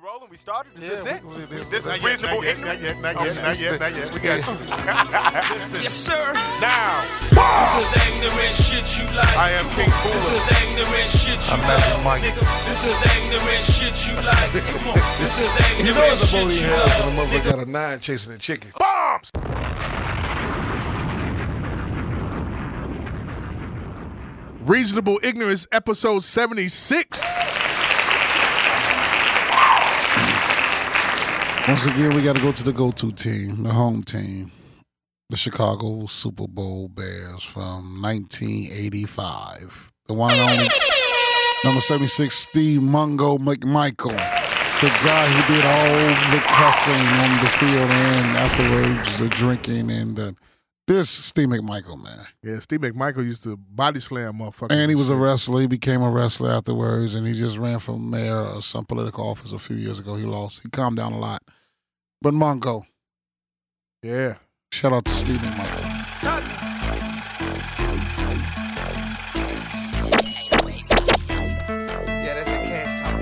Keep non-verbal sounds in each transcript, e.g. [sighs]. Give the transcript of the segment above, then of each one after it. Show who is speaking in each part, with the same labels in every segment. Speaker 1: Marlon, we started. Is
Speaker 2: Yeah,
Speaker 1: this it?
Speaker 2: we- we- we-
Speaker 1: this
Speaker 2: not
Speaker 1: is
Speaker 2: yet,
Speaker 1: reasonable
Speaker 2: not yet, Not
Speaker 1: ignorance.
Speaker 2: yet, not yet, not yet, not yet. We got you. Listen,
Speaker 3: Yes, sir.
Speaker 2: now
Speaker 3: This is the ignorant shit you like.
Speaker 2: I am King
Speaker 3: This
Speaker 2: Cooler.
Speaker 3: is the ignorant shit you
Speaker 2: I'm Magic
Speaker 3: like.
Speaker 2: Mike.
Speaker 3: nigga. This is the ignorant shit you like. Come on. This is the
Speaker 4: [laughs] You know
Speaker 3: ignorant
Speaker 4: it's a booty
Speaker 3: shit you
Speaker 4: house
Speaker 3: love.
Speaker 4: when a motherfucker got a nine chasing a chicken.
Speaker 2: Bombs.
Speaker 4: Reasonable Ignorance, episode 76. Once again, we got to go to the go to team, the home team, the Chicago Super Bowl Bears from 1985. The one and only number 76, Steve Mungo McMichael. The guy who did all the cussing on the field and afterwards the drinking and the. This Steve McMichael, man.
Speaker 5: Yeah, Steve McMichael used to body slam motherfuckers.
Speaker 4: And he was a wrestler. He became a wrestler afterwards, and he just ran for mayor of some political office a few years ago. He lost. He calmed down a lot. But Mongo,
Speaker 5: Yeah.
Speaker 4: shout out to Stephen Michael.
Speaker 1: Yeah, that's a cash cow.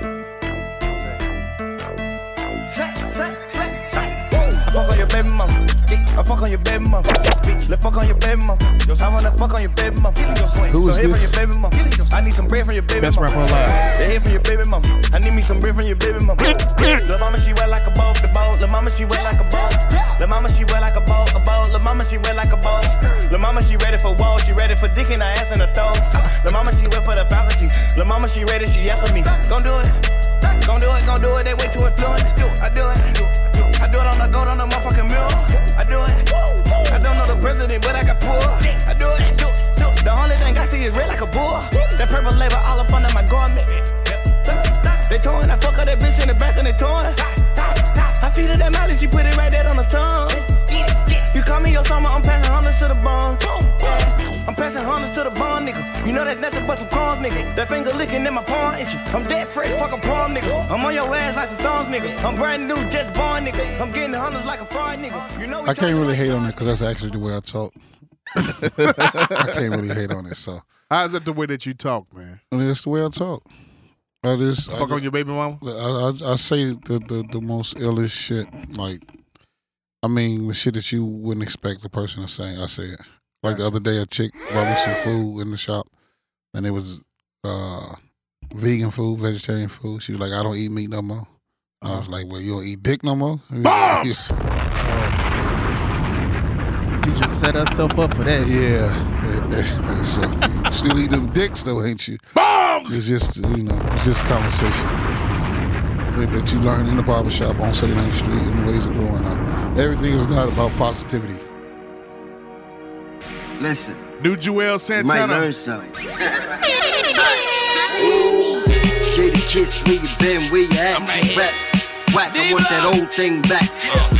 Speaker 6: Slap, slap, slap, slap. Whoa. Fuck on your baby mama. I fuck on your baby mama. Bitch, let fuck on your baby mama. I wanna fuck on your baby mama.
Speaker 4: Who is
Speaker 6: so hit from
Speaker 4: this?
Speaker 6: your baby mama. I need some bread from your baby
Speaker 5: Best
Speaker 6: mama.
Speaker 5: rapper alive.
Speaker 6: They hit from your baby mama. I need me some bread from your baby mama. Lil' mama, she wet like a boat, the boat. Lil' mama, she wet like a boat. Lil' mama, she wet like a boat, a boat. Lil' mama, she wet like a boat. Lil' mama, she ready for woe. She ready for dick in her ass and her throat. Lil' mama, she wet for the faculty. Lil' mama, she ready, she yell for me. Gon' do it. Gon' do it, gon' do it. They way too influenced. I do it. I do it on the gold on the motherfucking mule. I do it. I don't know the president, but I got poor. I do it. The only thing I see is red like a bull. That purple label all up under my garment. They torn, I fuck up that bitch in the back and they torn. I feed her that mileage, she put it right there on the tongue. You call me your summer, I'm passing hundreds to the bone. Yeah. I'm passing hundreds to the bone, nigga. You know that's nothing but some crumbs, nigga. That finger licking in my palm itchy. I'm dead fresh, fuck a palm, nigga. I'm on your ass like some thorns, nigga. I'm brand new, just born, nigga. I'm getting hundreds like a fraud, nigga. You know we
Speaker 4: I can't
Speaker 6: charging
Speaker 4: really
Speaker 6: like-
Speaker 4: hate on it because that's actually the way I
Speaker 6: [laughs]
Speaker 4: talk. I can't really hate on it. So
Speaker 5: How's that the way that you talk, man?
Speaker 4: I mean, that's the way I talk. I just, I,
Speaker 5: Fuck on your baby mama?
Speaker 4: just- I, I, I say the, the, the most illest shit. Like, I mean, the shit that you wouldn't expect a person to say. I say it. Like the other day, a chick brought me some food in the shop, and it was uh, vegan food, vegetarian food. She was like, "I don't eat meat no more." I
Speaker 7: Uh-huh.
Speaker 4: was like, "Well, you don't eat dick no more." [laughs]
Speaker 5: Bombs!
Speaker 7: Oh, You just set herself up for that.
Speaker 4: yeah. [laughs] so, you still eat them dicks though, ain't you?
Speaker 5: Bombs!
Speaker 4: It's just you know, it's just conversation that, that you learn in the barbershop on 79th Street and the ways of growing up. Everything is not about positivity.
Speaker 8: Listen,
Speaker 5: New Joel
Speaker 8: you might
Speaker 5: Santana.
Speaker 8: learn something. Kitty kiss where you been, where you at?
Speaker 3: I'm right here.
Speaker 8: Rap, whack, I want that
Speaker 3: Diva.
Speaker 8: old thing back.
Speaker 9: Uh.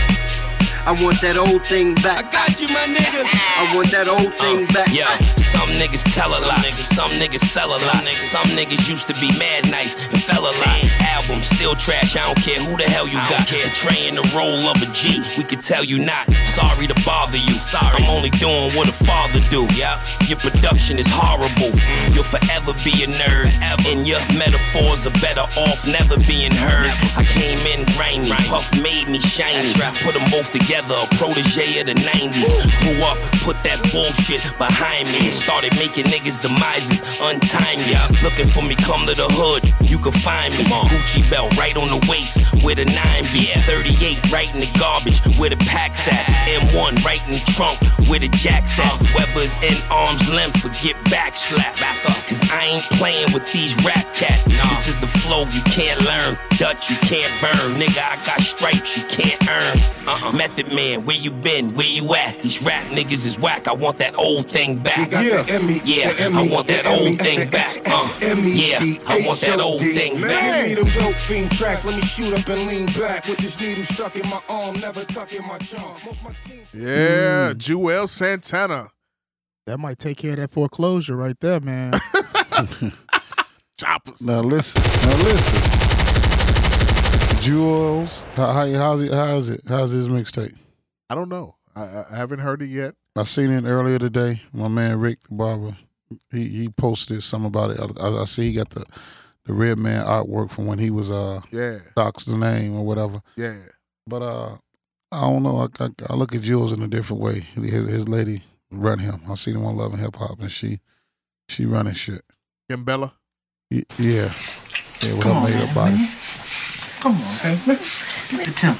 Speaker 8: I want that old thing
Speaker 3: I
Speaker 8: back.
Speaker 3: got you, my nigga.
Speaker 8: I want that old
Speaker 9: Uh,
Speaker 8: thing back.
Speaker 9: Yo, some niggas tell a lot, some niggas sell a lot, some niggas used to be mad nice and fell a lot. Album still trash, I don't care who the hell you got. Betraying the role of a G, we could tell you not. Sorry to bother you, sorry. I'm only doing what a father do. Yeah, your production is horrible. You'll forever be a nerd, and your metaphors are better off never being heard. I came in grimy, Puff made me shiny. Put them both together, a protege of the 90s. Grew up, put that bullshit behind me. and Started making niggas' demises untimely. Looking for me, come to the hood, you can find me. Gucci belt right on the waist, where the 9 be at. 38 right in the garbage, where the pack's at. M1 right in the trunk, where the jack's at. Weber's in arm's length, forget Uh. back slap. Cause I ain't playing with these rap cats. This is the flow you can't learn. Dutch you can't burn. Nigga, I got stripes you can't earn. Uh-uh. Method man, where you been? Where you at? These rap niggas is whack. I want that old thing back.
Speaker 10: Yeah, Emmy,
Speaker 9: Yeah,
Speaker 10: the E Emmy,
Speaker 9: I want that
Speaker 10: the Emmy,
Speaker 9: old thing
Speaker 10: the X-
Speaker 9: back. Uh,
Speaker 10: X- Emmy,
Speaker 9: yeah,
Speaker 10: the
Speaker 9: I want that old
Speaker 10: H-O-D.
Speaker 9: thing
Speaker 10: Man, give
Speaker 9: back.
Speaker 10: me them dope fiend tracks. Let me shoot up and lean back with this needle stuck in my arm, never tuck in my charm. Most my team-
Speaker 4: Hmm.
Speaker 5: Yeah, Joel Santana.
Speaker 7: That might take care of that foreclosure right there, man.
Speaker 5: Choppers.
Speaker 4: Now listen, now listen. Jules, how, how, how's it? How's it? How's his mixtape?
Speaker 5: I don't know. I, I I haven't heard it yet.
Speaker 4: I seen it earlier today. My man Rick the barber, he he posted something about it. I, I see he got the the Red Man artwork from when he was uh
Speaker 5: Yeah,
Speaker 4: Doc's the name or whatever.
Speaker 5: yeah.
Speaker 4: But uh, I don't know. I, I, I look at Jules in a different way. His, his lady run him. I seen him on Love and Hip Hop, and she she running shit.
Speaker 5: Gimbella.
Speaker 4: Y- yeah, yeah, with her made up body.
Speaker 11: Come on, baby. Give me the temper.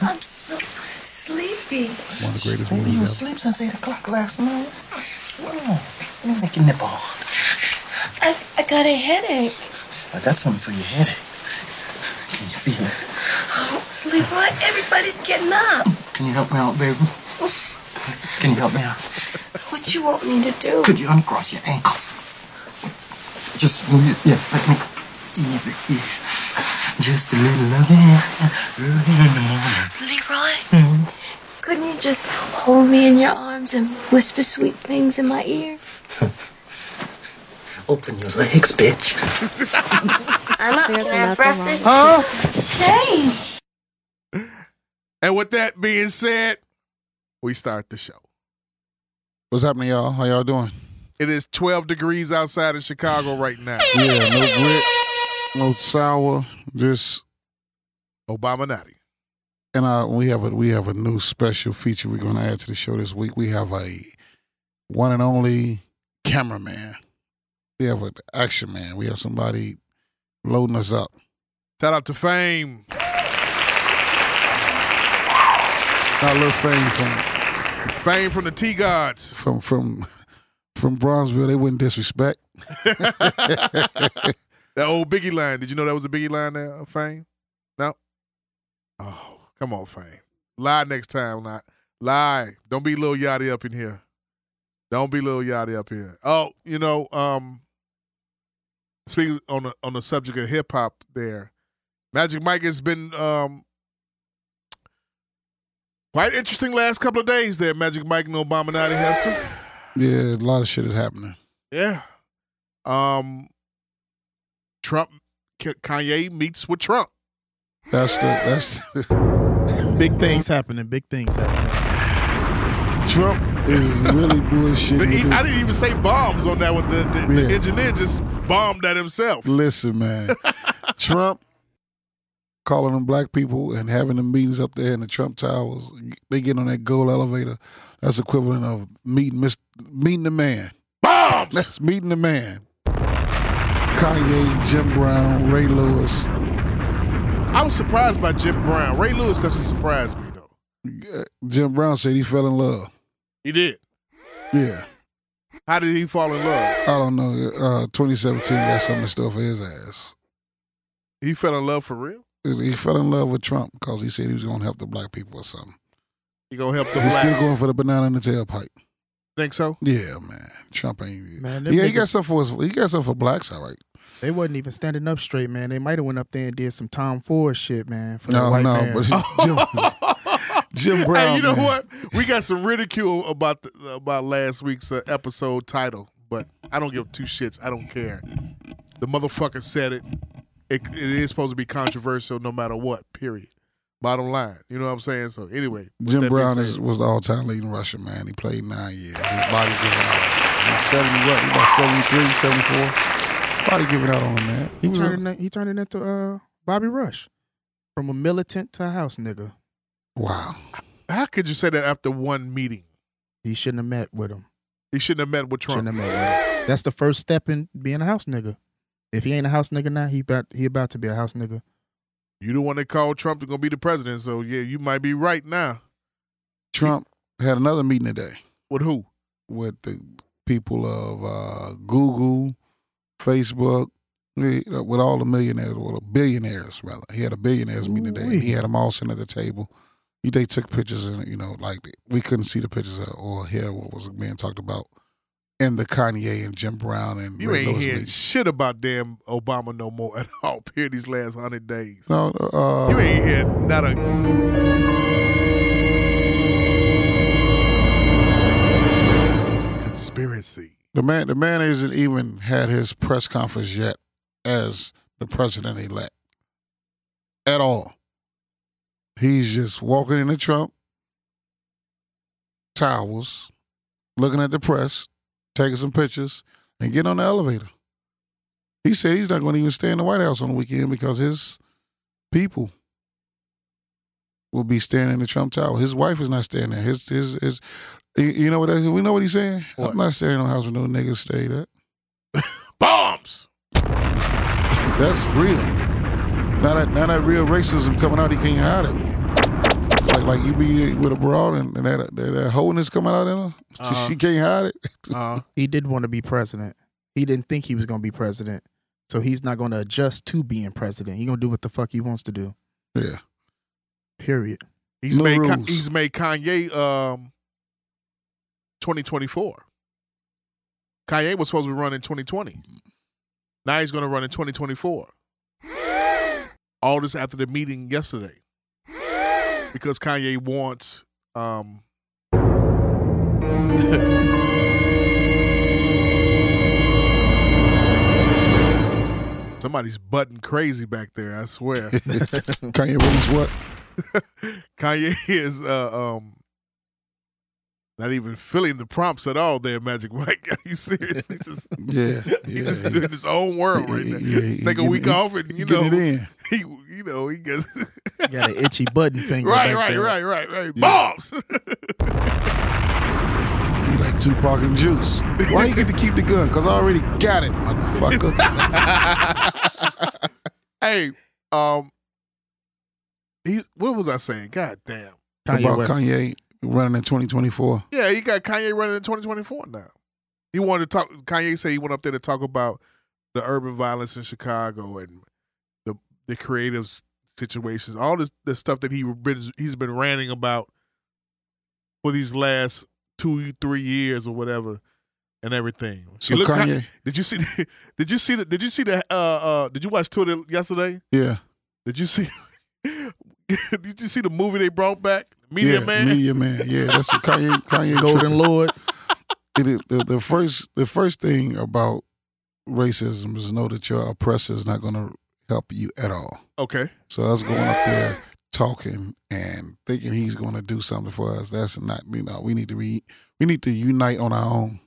Speaker 12: I'm so sleepy.
Speaker 4: One of the greatest
Speaker 11: Baby, you were
Speaker 4: movies ever.
Speaker 11: asleep since 8 o'clock last night. Come on. Let me make you nipple.
Speaker 12: I, I got a headache.
Speaker 11: I got something for your headache. Can you feel it?
Speaker 12: Leroy, everybody's getting up.
Speaker 11: Can you help me out, baby? Can you help me out?
Speaker 12: What you want me to do?
Speaker 11: Could you uncross your ankles? Just move your, yeah, let me ease the ear. Just a little of it early in the morning.
Speaker 12: Leroy,
Speaker 11: Mm-hmm.
Speaker 12: couldn't you just hold me in your arms and whisper sweet things in my ear?
Speaker 11: Open your legs, bitch.
Speaker 12: I'm up. There's Can I breakfast? Change.
Speaker 5: And with that being said, we start the show.
Speaker 4: What's happening, y'all? How y'all doing?
Speaker 5: It is 12 degrees outside of Chicago right now.
Speaker 4: Yeah, no grit, no sour. Just
Speaker 5: Obama Natty.
Speaker 4: and uh, we have a we have a new special feature we're going to add to the show this week. We have a one and only cameraman. We have an action man. We have somebody loading us up.
Speaker 5: Shout out to Fame.
Speaker 4: Got a little fame from
Speaker 5: Fame from the T Gods.
Speaker 4: from from from Bronzeville, they wouldn't disrespect.
Speaker 5: that old Biggie line. Did you know that was a Biggie line there, uh, Fame? No? Oh, come on, Fame. Lie next time, not lie. Don't be Lil Yachty up in here. Don't be Lil Yachty up here. Oh, you know, um speaking on the on the subject of hip hop there, Magic Mike has been um quite interesting last couple of days there, Magic Mike and Obama Natty Hester.
Speaker 4: Yeah, a lot of shit is happening.
Speaker 5: Yeah. Um Trump K- Kanye meets with Trump.
Speaker 4: That's the that's
Speaker 7: Big
Speaker 4: [laughs]
Speaker 7: things happening. Big things happening.
Speaker 4: Trump is
Speaker 5: [laughs]
Speaker 4: really bullshit.
Speaker 5: The- he- I didn't even say bombs on that one. The, the, the
Speaker 4: Yeah.
Speaker 5: engineer just bombed that himself.
Speaker 4: Listen, man, Trump calling them black people and having the meetings up there in the Trump Towers. They get on that gold elevator. That's equivalent of meeting Mr. meeting the man.
Speaker 5: Bombs.
Speaker 4: That's meeting the man. Kanye, Jim Brown, Ray Lewis.
Speaker 5: I was surprised by Jim Brown. Ray Lewis doesn't surprise me though.
Speaker 4: Uh, Jim Brown said he fell in love.
Speaker 5: He did.
Speaker 4: Yeah.
Speaker 5: How did he fall in love?
Speaker 4: I don't know. Uh, 2017 got something in store for his ass.
Speaker 5: He fell in love for real.
Speaker 4: He fell in love with Trump because he said he was going to help the black people or something.
Speaker 5: He gonna help the
Speaker 4: He's still
Speaker 5: blacks.
Speaker 4: going for the banana in the tailpipe.
Speaker 5: Think so?
Speaker 4: Yeah, man. Trump ain't.
Speaker 7: Man, them
Speaker 4: Yeah, he
Speaker 7: niggas-
Speaker 4: got stuff for us. He got stuff for blacks, all right.
Speaker 7: They wasn't even standing up straight, man. They might have went up there and did some Tom Ford shit, man. For that
Speaker 4: No,
Speaker 7: white
Speaker 4: no,
Speaker 7: man.
Speaker 4: but
Speaker 7: [laughs]
Speaker 4: Jim, Jim Brown.
Speaker 5: hey, you know
Speaker 4: man.
Speaker 5: what? We got some ridicule about the, about last week's uh, episode title, but I don't give two shits. I don't care. The motherfucker said it. it. It is supposed to be controversial, no matter what. Period. Bottom line, you know what I'm saying. So anyway, with that
Speaker 4: Jim
Speaker 5: being
Speaker 4: Brown
Speaker 5: said-
Speaker 4: is, was the all time leading Russian, man. He played nine years. His body giving out. He's 70, what? He about 73, 74. His body giving out on him, man. He
Speaker 7: he
Speaker 4: was a,
Speaker 7: turning he turning into uh, Bobby Rush, from a militant to a house nigga.
Speaker 4: wow.
Speaker 5: How could you say that after one meeting?
Speaker 7: He shouldn't have met with him.
Speaker 5: He shouldn't have met with Trump.
Speaker 7: Shouldn't have met with him. That's the first step in being a house nigga. If he ain't a house nigga now, he about he about to be a house nigga.
Speaker 5: You the one that called Trump to gonna be the president. So yeah, you might be right now.
Speaker 4: Trump had another meeting today.
Speaker 5: With who?
Speaker 4: with the people of uh, Google, Facebook, eh, with all the millionaires, or the billionaires rather. He had a billionaires meeting today. and He had them all sitting at the table. He- They took pictures, and you know, like we couldn't see the pictures of, or hear what was being talked about in the Kanye and Jim Brown and
Speaker 5: You
Speaker 4: Ray
Speaker 5: ain't
Speaker 4: Lewis
Speaker 5: hearing
Speaker 4: meeting.
Speaker 5: shit about damn Obama no more [laughs] at all. Period. These last hundred days,
Speaker 4: No,
Speaker 5: you
Speaker 4: uh,
Speaker 5: ain't hearing not a conspiracy.
Speaker 4: the man, the man isn't even had his press conference yet as the president elect at all. He's just walking into Trump towers, looking at the press, taking some pictures, and getting on the elevator. He said he's not going to even stay in the White House on the weekend because his people will be standing in the Trump Tower. His wife is not standing there. His his his. you- You know what? That, we know what he's saying. I'm not staying in no house with no niggas stay that.
Speaker 5: Bombs.
Speaker 4: That's real. Now that now that real racism coming out, he can't hide it. Like like you be with a broad and, and that that, that holiness coming out in her,
Speaker 7: Uh-huh.
Speaker 4: she can't hide it.
Speaker 7: he did want to be president. He didn't think he was going to be president, so he's not going to adjust to being president. He's going to do what the fuck he wants to do.
Speaker 4: Yeah.
Speaker 7: Period.
Speaker 5: He's made Ka- he's made Kanye um 2024. Kanye was supposed to run in 2020. Now he's going to run in 2024. All this after the meeting yesterday. Because Kanye wants um [laughs] Somebody's button crazy back there, I swear.
Speaker 4: Kanye wants what?
Speaker 5: Kanye [laughs] is uh, um not even feeling the prompts at all there, Magic Mike. [laughs] Are you serious? He's
Speaker 4: [laughs]
Speaker 5: just,
Speaker 4: Yeah, yeah,
Speaker 5: he's just [laughs]
Speaker 4: yeah.
Speaker 5: in his own world right now.
Speaker 4: Yeah, he
Speaker 5: Take a
Speaker 4: getting-
Speaker 5: week
Speaker 4: he-
Speaker 5: off and you
Speaker 4: he getting
Speaker 5: know
Speaker 4: it in.
Speaker 5: he you know he gets [laughs]
Speaker 7: Got an itchy
Speaker 4: [laughs]
Speaker 7: button finger.
Speaker 5: right,
Speaker 7: back
Speaker 5: right,
Speaker 7: there.
Speaker 5: right, right, right,
Speaker 7: Yeah.
Speaker 5: Bombs.
Speaker 4: You like Tupac and Juice. Why you get to keep the gun? Cause I already got it, motherfucker.
Speaker 5: [laughs] hey, um, he's what was I saying? God damn.
Speaker 4: About Kanye running in 2024.
Speaker 5: Yeah, he got Kanye running in 2024 now. He wanted to talk. Kanye said he went up there to talk about the urban violence in Chicago and the the creative s- situations, all this the stuff that he been he's been ranting about for these last two three years or whatever and everything.
Speaker 4: So
Speaker 5: You look-
Speaker 4: Kanye-
Speaker 5: did you see? [laughs] the- Did you see the? Did you see the? Uh, uh, did you watch Twitter yesterday?
Speaker 4: Yeah.
Speaker 5: Did you see? [laughs] did you see the movie they brought back? Media
Speaker 4: yeah,
Speaker 5: Man.
Speaker 4: Media Man. Yeah, that's what Kanye.
Speaker 5: [laughs]
Speaker 4: Kanye
Speaker 7: Golden Lord.
Speaker 4: It is, the, the first the first thing about racism is know that your oppressor is not going to help you at all.
Speaker 5: Okay.
Speaker 4: So us going up there talking and thinking he's going to do something for us, that's not you know we need to re, we need to unite on our own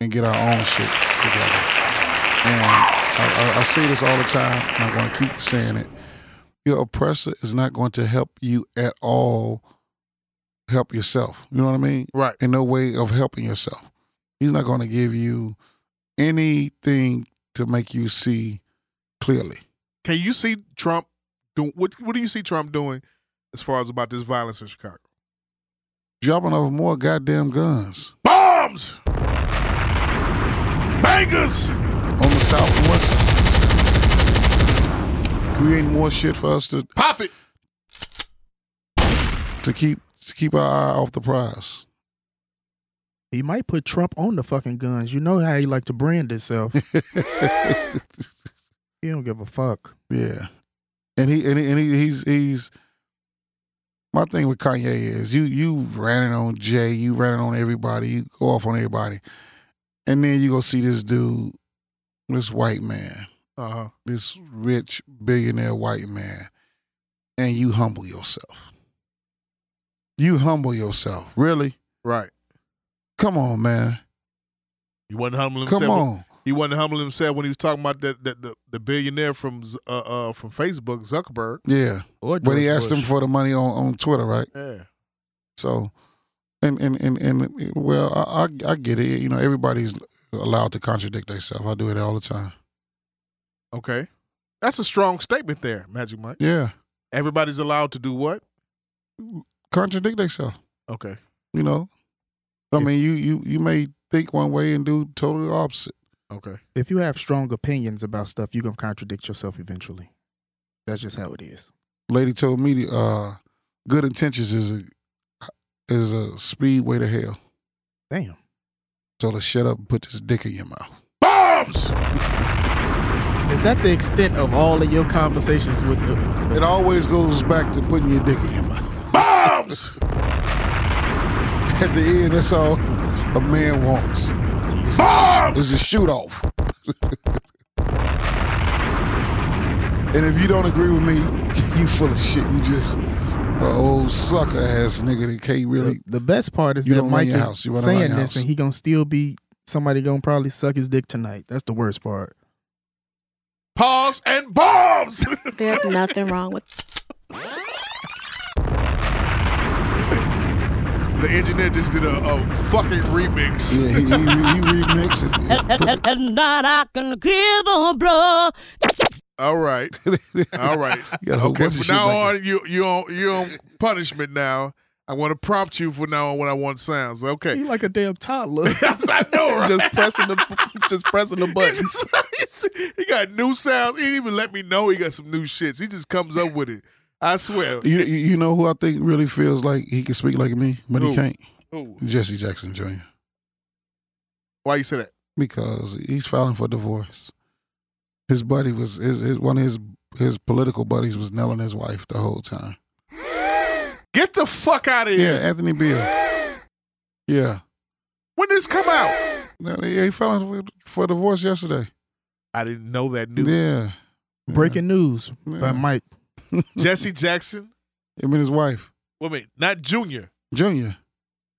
Speaker 4: and get our own shit together. And I, I, I say this all the time, and I'm going to keep saying it. Your oppressor is not going to help you at all. Help yourself. You know what I mean?
Speaker 5: Right.
Speaker 4: In no way of helping yourself. He's not going to give you anything to make you see clearly.
Speaker 5: Can you see Trump doing what? What do you see Trump doing as far as about this violence in Chicago?
Speaker 4: Dropping off more goddamn guns
Speaker 5: Bombs, bangers.
Speaker 4: on the southwest. Creating more shit for us to
Speaker 5: pop it
Speaker 4: to keep to keep our eye off the prize. [laughs]
Speaker 7: He might put Trump on the fucking guns. You know how he like to
Speaker 4: [laughs]
Speaker 7: brand himself. he don't give a fuck.
Speaker 4: Yeah, and he and, he, and he, he's he's my thing with Kanye is you you ran it on Jay, you ran it on everybody, you go off on everybody, and then you go see this dude, this white man,
Speaker 5: uh-huh.
Speaker 4: this rich billionaire white man, and you humble yourself. You humble yourself, really?
Speaker 5: Right.
Speaker 4: Come on, man.
Speaker 5: He wasn't humbling.
Speaker 4: Come
Speaker 5: himself.
Speaker 4: on.
Speaker 5: He wasn't humbling himself when he was talking about that that the, the billionaire from Z- uh, uh from Facebook Zuckerberg.
Speaker 4: Yeah.
Speaker 7: Or
Speaker 4: but he
Speaker 5: George
Speaker 4: asked him
Speaker 5: Bush.
Speaker 4: for the money on, on Twitter, right?
Speaker 5: Yeah.
Speaker 4: So, and and and, and well, I, I I get it. You know, everybody's allowed to contradict themselves. I do it all the time.
Speaker 5: Okay, that's a strong statement there, Magic Mike.
Speaker 4: Yeah,
Speaker 5: Everybody's allowed to do what?
Speaker 4: contradict themselves.
Speaker 5: Okay.
Speaker 4: You know, I mean, you you you may think one way and do totally opposite.
Speaker 5: Okay.
Speaker 7: If you have strong opinions about stuff, you're gonna contradict yourself eventually. That's just how it is.
Speaker 4: Lady told me, uh, good intentions is a is a speedway to hell.
Speaker 7: Damn.
Speaker 4: Told her shut up and put this dick in your mouth.
Speaker 5: Bombs.
Speaker 7: Is that the extent of all of your conversations with the?
Speaker 4: It always goes back to putting your dick in your mouth.
Speaker 5: Bombs.
Speaker 4: At the end, that's all a man wants. Is a, is a shoot off. and if you don't agree with me, you full of shit. You just an old sucker ass nigga that can't really.
Speaker 7: The best part is
Speaker 4: You
Speaker 7: that
Speaker 4: don't run
Speaker 7: Mike
Speaker 4: your
Speaker 7: is
Speaker 4: house. You run around
Speaker 7: saying
Speaker 4: your
Speaker 7: this,
Speaker 4: house.
Speaker 7: and he gonna still be somebody gonna probably suck his dick tonight. That's the worst part.
Speaker 5: paws, and bombs. [laughs]
Speaker 13: There's nothing wrong with
Speaker 5: The engineer just did a, a fucking remix.
Speaker 4: Yeah, he, he, he remixed it.
Speaker 14: and that I can give a blow.
Speaker 5: All
Speaker 4: [laughs]
Speaker 5: right, all right.
Speaker 4: You got a whole
Speaker 5: okay,
Speaker 4: bunch
Speaker 5: from
Speaker 4: of shit
Speaker 5: now
Speaker 4: like
Speaker 5: on, you you on you on punishment now. I want to prompt you for now on what I want sounds. Okay, [laughs]
Speaker 7: You like a damn [laughs] toddler.
Speaker 5: I know, right?
Speaker 7: just pressing the [laughs] just pressing the
Speaker 5: [laughs]
Speaker 7: buttons.
Speaker 5: he got new sounds. He didn't even let me know he got some new shits. He just comes up with it. I swear.
Speaker 4: You you you know who I think really feels like he can speak like me, but
Speaker 5: Who?
Speaker 4: he can't.
Speaker 5: Who?
Speaker 4: Jesse Jackson Jr.
Speaker 5: Why you say that?
Speaker 4: because he's filing for divorce. His buddy was his, his one of his his political buddies was nailing his wife the whole time.
Speaker 5: Get the fuck out of
Speaker 4: Yeah,
Speaker 5: here.
Speaker 4: Anthony Beale. Yeah,
Speaker 5: When this come out?
Speaker 4: No, he he filed for, for divorce yesterday.
Speaker 5: I didn't know that news.
Speaker 4: Yeah,
Speaker 7: [laughs] Breaking news by Mike.
Speaker 5: Jesse Jackson.
Speaker 4: I mean his wife,
Speaker 5: Wait a minute, not Junior.
Speaker 4: Junior.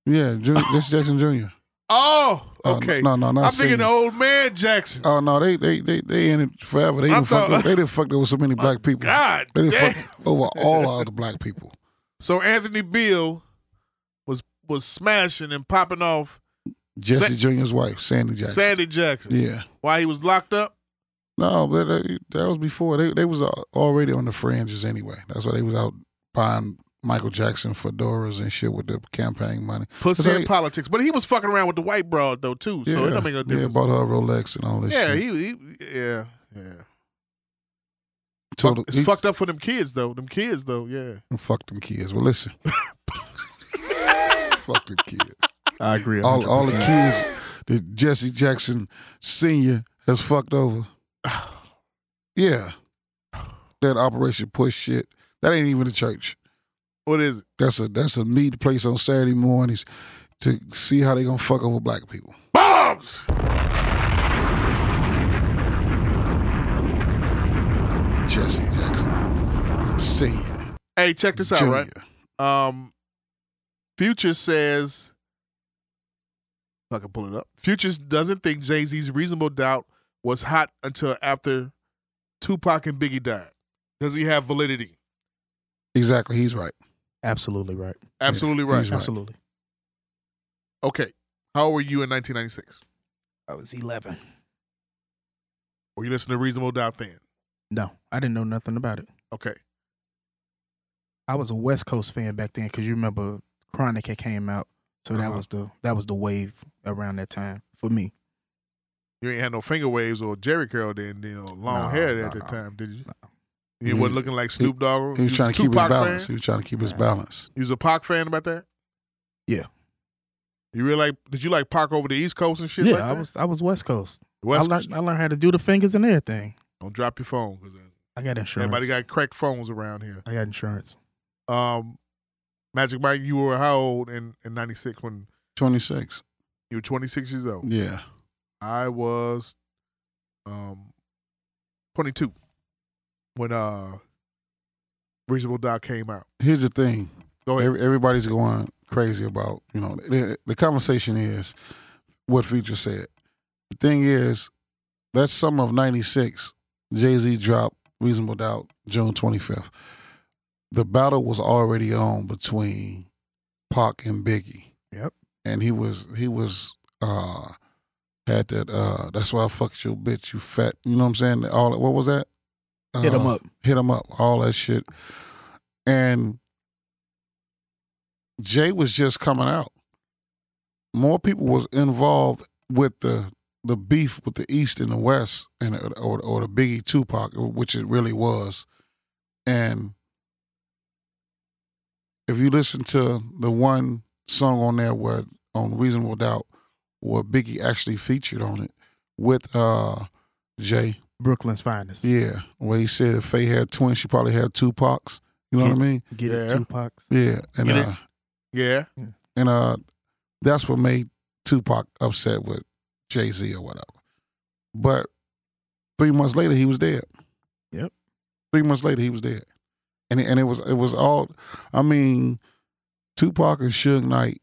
Speaker 4: Yeah,
Speaker 5: [laughs]
Speaker 4: Ju- Jesse Jackson Jr.
Speaker 5: Oh,
Speaker 4: Oh,
Speaker 5: okay.
Speaker 4: no, no, not
Speaker 5: I'm thinking
Speaker 4: senior.
Speaker 5: the old man Jackson.
Speaker 4: Oh no, they they they they in it forever. They
Speaker 5: I
Speaker 4: didn't fuck.
Speaker 5: thought- Oh,
Speaker 4: They didn't fuck. There was
Speaker 5: [laughs]
Speaker 4: so many black people.
Speaker 5: God
Speaker 4: they didn't
Speaker 5: damn.
Speaker 4: fuck over all of the
Speaker 5: [laughs]
Speaker 4: black people.
Speaker 5: So Anthony Beal was was smashing and popping off
Speaker 4: Jesse Junior's wife, Sandy Jackson.
Speaker 5: Sandy Jackson.
Speaker 4: Yeah.
Speaker 5: While he was locked up.
Speaker 4: No, but that, that was before they they was al- already on the fringes anyway. That's why they was out buying Michael Jackson fedoras and shit with the campaign money.
Speaker 5: Pussy
Speaker 4: It's
Speaker 5: in
Speaker 4: like-
Speaker 5: politics. But he was fucking around with the white broad though too. So it
Speaker 4: yeah,
Speaker 5: don't make no
Speaker 4: yeah,
Speaker 5: difference.
Speaker 4: bought her a Rolex and all this.
Speaker 5: Yeah,
Speaker 4: shit.
Speaker 5: he, he yeah, yeah.
Speaker 4: Told
Speaker 5: It's
Speaker 4: he-
Speaker 5: fucked up for them kids though. Them kids though, yeah.
Speaker 4: and fuck them kids.
Speaker 5: [laughs]
Speaker 4: Well, listen, fuck them kids.
Speaker 7: I agree.
Speaker 4: All all the
Speaker 7: 100%.
Speaker 4: kids that Jesse Jackson Senior has
Speaker 5: [sighs]
Speaker 4: fucked over. Yeah, that Operation Push shit. That ain't even a church.
Speaker 5: What is it?
Speaker 4: That's a that's a meet place on Saturday mornings to see how they gonna fuck over black people.
Speaker 5: Bombs.
Speaker 4: Jesse Jackson. Senior.
Speaker 5: Hey, check this out, right? Um Future says if I can pull it up. Future doesn't think Jay-Z's reasonable doubt was hot until after Tupac and Biggie died. Does he have validity?
Speaker 4: Exactly. He's right.
Speaker 7: Absolutely right.
Speaker 5: Absolutely
Speaker 4: Yeah,
Speaker 5: right.
Speaker 4: he's right.
Speaker 7: Absolutely.
Speaker 5: Okay. How old were you in 1996?
Speaker 7: I was eleven.
Speaker 5: Were you listening to Reasonable Doubt then?
Speaker 7: No, I didn't know nothing about it.
Speaker 5: Okay.
Speaker 7: I was a West Coast fan back then because you remember Chronic had came out, so
Speaker 4: Uh-huh.
Speaker 7: that was the that was the wave around that time for me.
Speaker 5: You ain't had no finger waves or Jerry Curl then, you know, long
Speaker 7: No,
Speaker 5: hair
Speaker 7: no,
Speaker 5: at the
Speaker 7: no.
Speaker 5: time, did you?
Speaker 4: He
Speaker 5: You
Speaker 4: was-
Speaker 5: wasn't looking like Snoop Dogg.
Speaker 4: He was
Speaker 5: You
Speaker 4: trying to keep his
Speaker 5: Tupac
Speaker 4: balance. He
Speaker 5: Fan?
Speaker 4: was trying to keep his balance.
Speaker 5: You was a Pac fan about that?
Speaker 7: Yeah.
Speaker 5: You really like? Did you like Pac over the East Coast and shit?
Speaker 7: yeah,
Speaker 5: like
Speaker 7: I
Speaker 5: that?
Speaker 7: was I was West Coast.
Speaker 5: West
Speaker 7: I learned I learned how to do the fingers and everything.
Speaker 5: Don't drop your phone because
Speaker 7: I got insurance.
Speaker 5: everybody got cracked phones around here.
Speaker 7: I got insurance.
Speaker 5: Um, Magic Mike, you were how old in in '96 when
Speaker 4: Twenty six.
Speaker 5: you were 26 years old?
Speaker 4: Yeah.
Speaker 5: I was um 22 when uh Reasonable Doubt came out.
Speaker 4: Here's the thing.
Speaker 5: Go ahead.
Speaker 4: Every- Everybody's going crazy about you know the, the conversation is what Future said. The thing is that summer of '96, Jay Z dropped Reasonable Doubt June 25th. The battle was already on between Pac and Biggie.
Speaker 7: Yep.
Speaker 4: and he was he was uh had that uh that's why I fucked your bitch you fat you know what I'm saying all that- what was that
Speaker 7: Hit 'em
Speaker 5: Uh-huh.
Speaker 4: Uh,
Speaker 7: up.
Speaker 4: hit him up all that shit and Jay was just coming out more people was involved with the the beef with the East and the West and or or the Biggie Tupac which it really was and if you listen to the one song on there where on Reasonable Doubt where Biggie actually featured on it with uh Jay.
Speaker 7: Brooklyn's finest.
Speaker 4: Yeah. Where he said if Faye had twins, she probably had two pox. You know what I mean?
Speaker 7: Get it,
Speaker 5: Yeah.
Speaker 7: Tupac's.
Speaker 4: Yeah. And
Speaker 5: Mm-hmm. Get it?
Speaker 4: uh
Speaker 5: Yeah.
Speaker 4: and uh that's what made Tupac upset with Jay Z or whatever. But three months later he was dead.
Speaker 7: Yep.
Speaker 4: Three months later he was dead. And it, and it was it was all I mean, Tupac and Suge Knight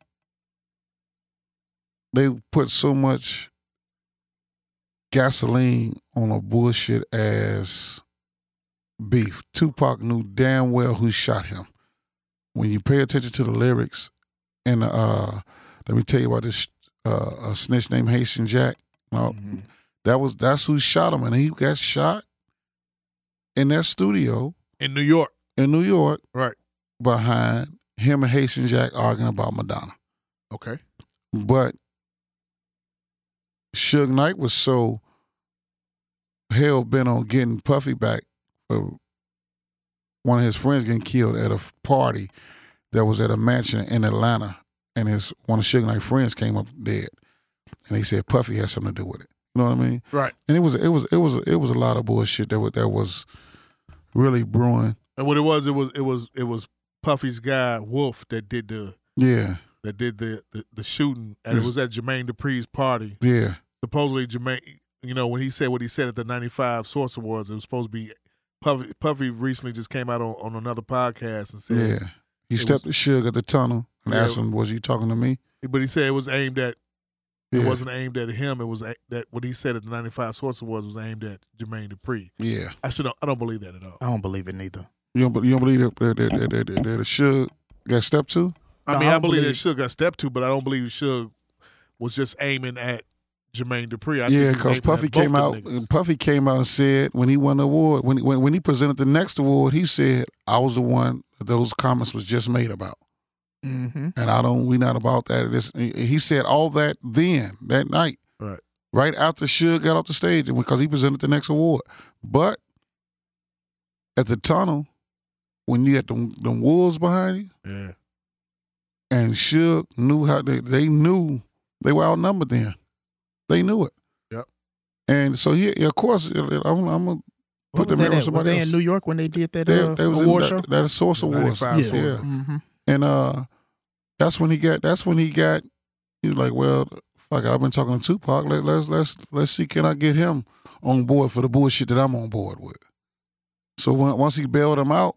Speaker 4: they put so much gasoline on a bullshit ass beef. Tupac knew damn well who shot him. When you pay attention to the lyrics, and uh, let me tell you about this uh, a snitch named Haitian Jack.
Speaker 5: Oh.
Speaker 4: No,
Speaker 7: Mm-hmm.
Speaker 4: that was that's who shot him, and he got shot in that studio
Speaker 5: in New York.
Speaker 4: In New York,
Speaker 5: right
Speaker 4: behind him and Haitian Jack arguing about Madonna.
Speaker 5: Okay.
Speaker 4: But Suge Knight was so hell bent on getting Puffy back for one of his friends getting killed at a f- party that was at a mansion in Atlanta, and his one of Suge Knight's friends came up dead, and he said Puffy had something to do with it. You know what I mean?
Speaker 5: Right.
Speaker 4: And it was it was it was it was a lot of bullshit that was that was really brewing.
Speaker 5: And what it was, it was it was it was Puffy's guy Wolf that did the
Speaker 4: Yeah.
Speaker 5: that did the the, the shooting, and
Speaker 4: Yes.
Speaker 5: it was at Jermaine Dupri's party.
Speaker 4: Yeah.
Speaker 5: Supposedly Jermaine, you know, when he said what he said at the '95 Source Awards, it was supposed to be Puffy. Puffy recently just came out on, on another podcast and said,
Speaker 4: Yeah. He stepped to Suge at the tunnel and
Speaker 5: Yeah.
Speaker 4: asked him, "Was you talking to me?"
Speaker 5: but he said it was aimed at. It
Speaker 4: Yeah.
Speaker 5: wasn't aimed at him. It was a, that what he said at the '95 Source Awards was aimed at Jermaine Dupri.
Speaker 4: Yeah.
Speaker 5: I said no, I don't believe that at all.
Speaker 7: I don't believe it neither.
Speaker 4: You don't, be- you don't believe that that that, that, that, that, that Suge got stepped to?
Speaker 5: I mean, I, believe, that Suge got stepped to, but I don't believe Suge was just aiming at Jermaine Dupri. I think he was
Speaker 4: yeah,
Speaker 5: aiming
Speaker 4: because
Speaker 5: at
Speaker 4: Puffy
Speaker 5: both them
Speaker 4: came out.
Speaker 5: niggas.
Speaker 4: Puffy came out and said when he won the award, when when when he presented the next award, he said, "I was the one that those comments was just made about."
Speaker 7: Mm-hmm.
Speaker 4: and I don't. We not about that. This he said all that then that night,
Speaker 5: Right.
Speaker 4: right after Suge got off the stage, and because he presented the next award. But at the tunnel, when you had them, them wolves behind you,
Speaker 5: Yeah.
Speaker 4: and Suge knew how they they knew they were outnumbered. Then they knew it,
Speaker 5: Yep.
Speaker 4: and so he of course I'm, I'm gonna put
Speaker 7: Was
Speaker 4: them in
Speaker 7: that
Speaker 4: with
Speaker 7: at? Was
Speaker 4: somebody
Speaker 7: they
Speaker 4: else.
Speaker 7: in New York when they did that
Speaker 4: They-
Speaker 7: uh,
Speaker 4: they was in
Speaker 7: award
Speaker 4: that-
Speaker 7: show?
Speaker 4: that Source Awards.
Speaker 5: 95
Speaker 4: Yeah.
Speaker 5: Source.
Speaker 4: Yeah.
Speaker 7: Mm-hmm.
Speaker 4: And uh that's when he got that's when he got he was like, Well, fuck it, I've been talking to Tupac. Let, let's let's let's see can I get him on board for the bullshit that I'm on board with. So when, once he bailed him out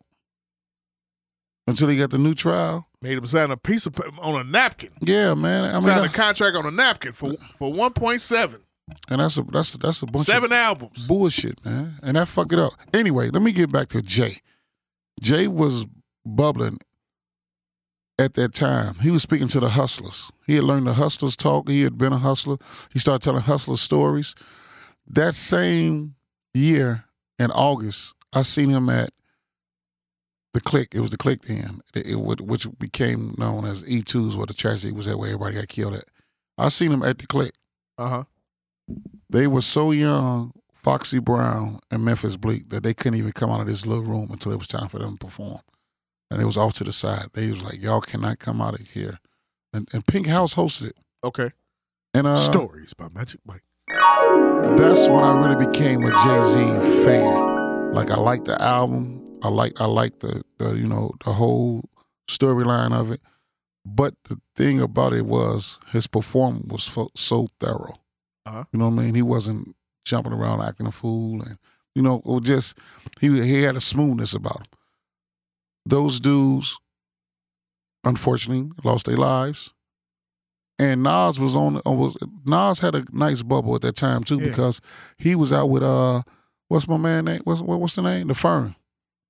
Speaker 4: until he got the new trial,
Speaker 5: Made him sign a piece of pa- on a napkin.
Speaker 4: yeah, man. I mean
Speaker 5: signed
Speaker 4: I-
Speaker 5: a contract on a napkin for for one point seven.
Speaker 4: and that's a that's a, that's a bunch
Speaker 5: Seven
Speaker 4: of
Speaker 5: albums.
Speaker 4: bullshit, man. And that fucked it up. Anyway, let me get back to Jay. Jay was bubbling at that time. He was speaking to the hustlers. He had learned the hustlers talk. He had been a hustler. He started telling hustler stories. That same year in August, I seen him at the Click. It was the Click then, it, it, would- which became known as E2s, where the tragedy was at, where everybody got killed at. I seen him at the Click.
Speaker 5: Uh huh.
Speaker 4: They were so young, Foxy Brown and Memphis Bleak, that they couldn't even come out of this little room until it was time for them to perform. And it was off to the side. They was like, y'all cannot come out of here. And, and Pink House hosted it.
Speaker 5: Okay.
Speaker 4: And uh,
Speaker 5: Stories by Magic Mike.
Speaker 4: that's when I really became a Jay Z fan. Like I liked the album. I like I like the, the you know the whole storyline of it. But the thing about it was his performance was fo- so thorough.
Speaker 5: Uh-huh.
Speaker 4: You know what I mean? He wasn't jumping around acting a fool, and you know, or just he he had a smoothness about him. Those dudes, unfortunately, lost their lives. And Nas was on uh, was Nas had a nice bubble at that time too
Speaker 5: Yeah.
Speaker 4: because he was out with uh what's my man name what's what, what's the name the Fern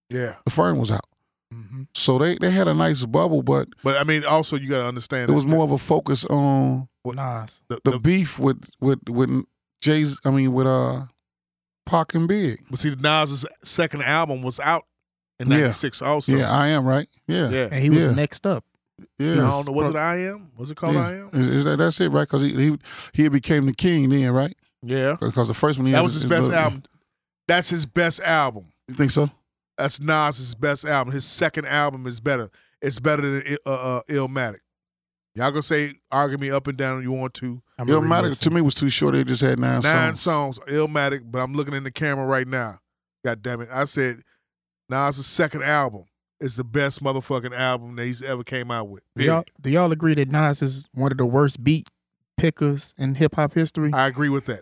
Speaker 5: Yeah.
Speaker 4: the Fern was out
Speaker 5: Mm-hmm.
Speaker 4: so they they had a nice bubble but
Speaker 5: But I mean, also you got to understand
Speaker 4: it was more of a focus on
Speaker 7: Nas.
Speaker 5: that the,
Speaker 4: the beef with with with Jay's I mean with uh Pac and Big
Speaker 5: but see, Nas's second album was out in
Speaker 4: Yeah.
Speaker 5: '96 also.
Speaker 4: yeah I am right yeah
Speaker 5: Yeah.
Speaker 7: And he was
Speaker 4: Yeah.
Speaker 7: next up.
Speaker 4: yeah
Speaker 5: I don't know. Was it I Am? Was it called
Speaker 4: Yeah.
Speaker 5: I Am?
Speaker 4: Is, is that that's it right because he, he he became the king then right
Speaker 5: Yeah.
Speaker 4: because the first one he
Speaker 5: That
Speaker 4: had
Speaker 5: was his best
Speaker 4: little-
Speaker 5: album. That's his best album.
Speaker 4: you think so
Speaker 5: That's Nas's best album. His second album is better. It's better than I- uh, uh, Illmatic. Y'all gonna say argue me up and down if you want to.
Speaker 7: I'm
Speaker 4: Yo,
Speaker 7: gonna
Speaker 4: matter
Speaker 7: re-listen.
Speaker 4: to me was too short they just had nine,
Speaker 5: Nine
Speaker 4: songs
Speaker 5: songs, Illmatic, but I'm looking in the camera right now. God damn it! I said Nas's second album is the best motherfucking album that he's ever came out with.
Speaker 7: Do y'all,
Speaker 5: Period.
Speaker 7: do y'all agree that Nas is one of the worst beat pickers in hip hop history?
Speaker 5: I agree with that.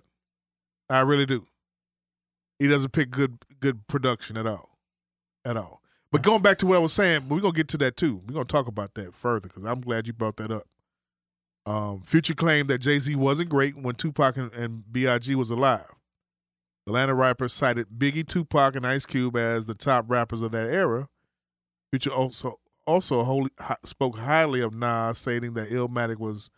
Speaker 5: I really do. He doesn't pick good good production at all, at all. But going back to what I was saying, we're gonna get to that too. We're gonna talk about that further because I'm glad you brought that up. Um, Future claimed that Jay Z wasn't great when Tupac and, and B.I.G. was alive. Atlanta rapper cited Biggie, Tupac, and Ice Cube as the top rappers of that era. Future also also wholly, hi, spoke highly of Nas, stating that Illmatic was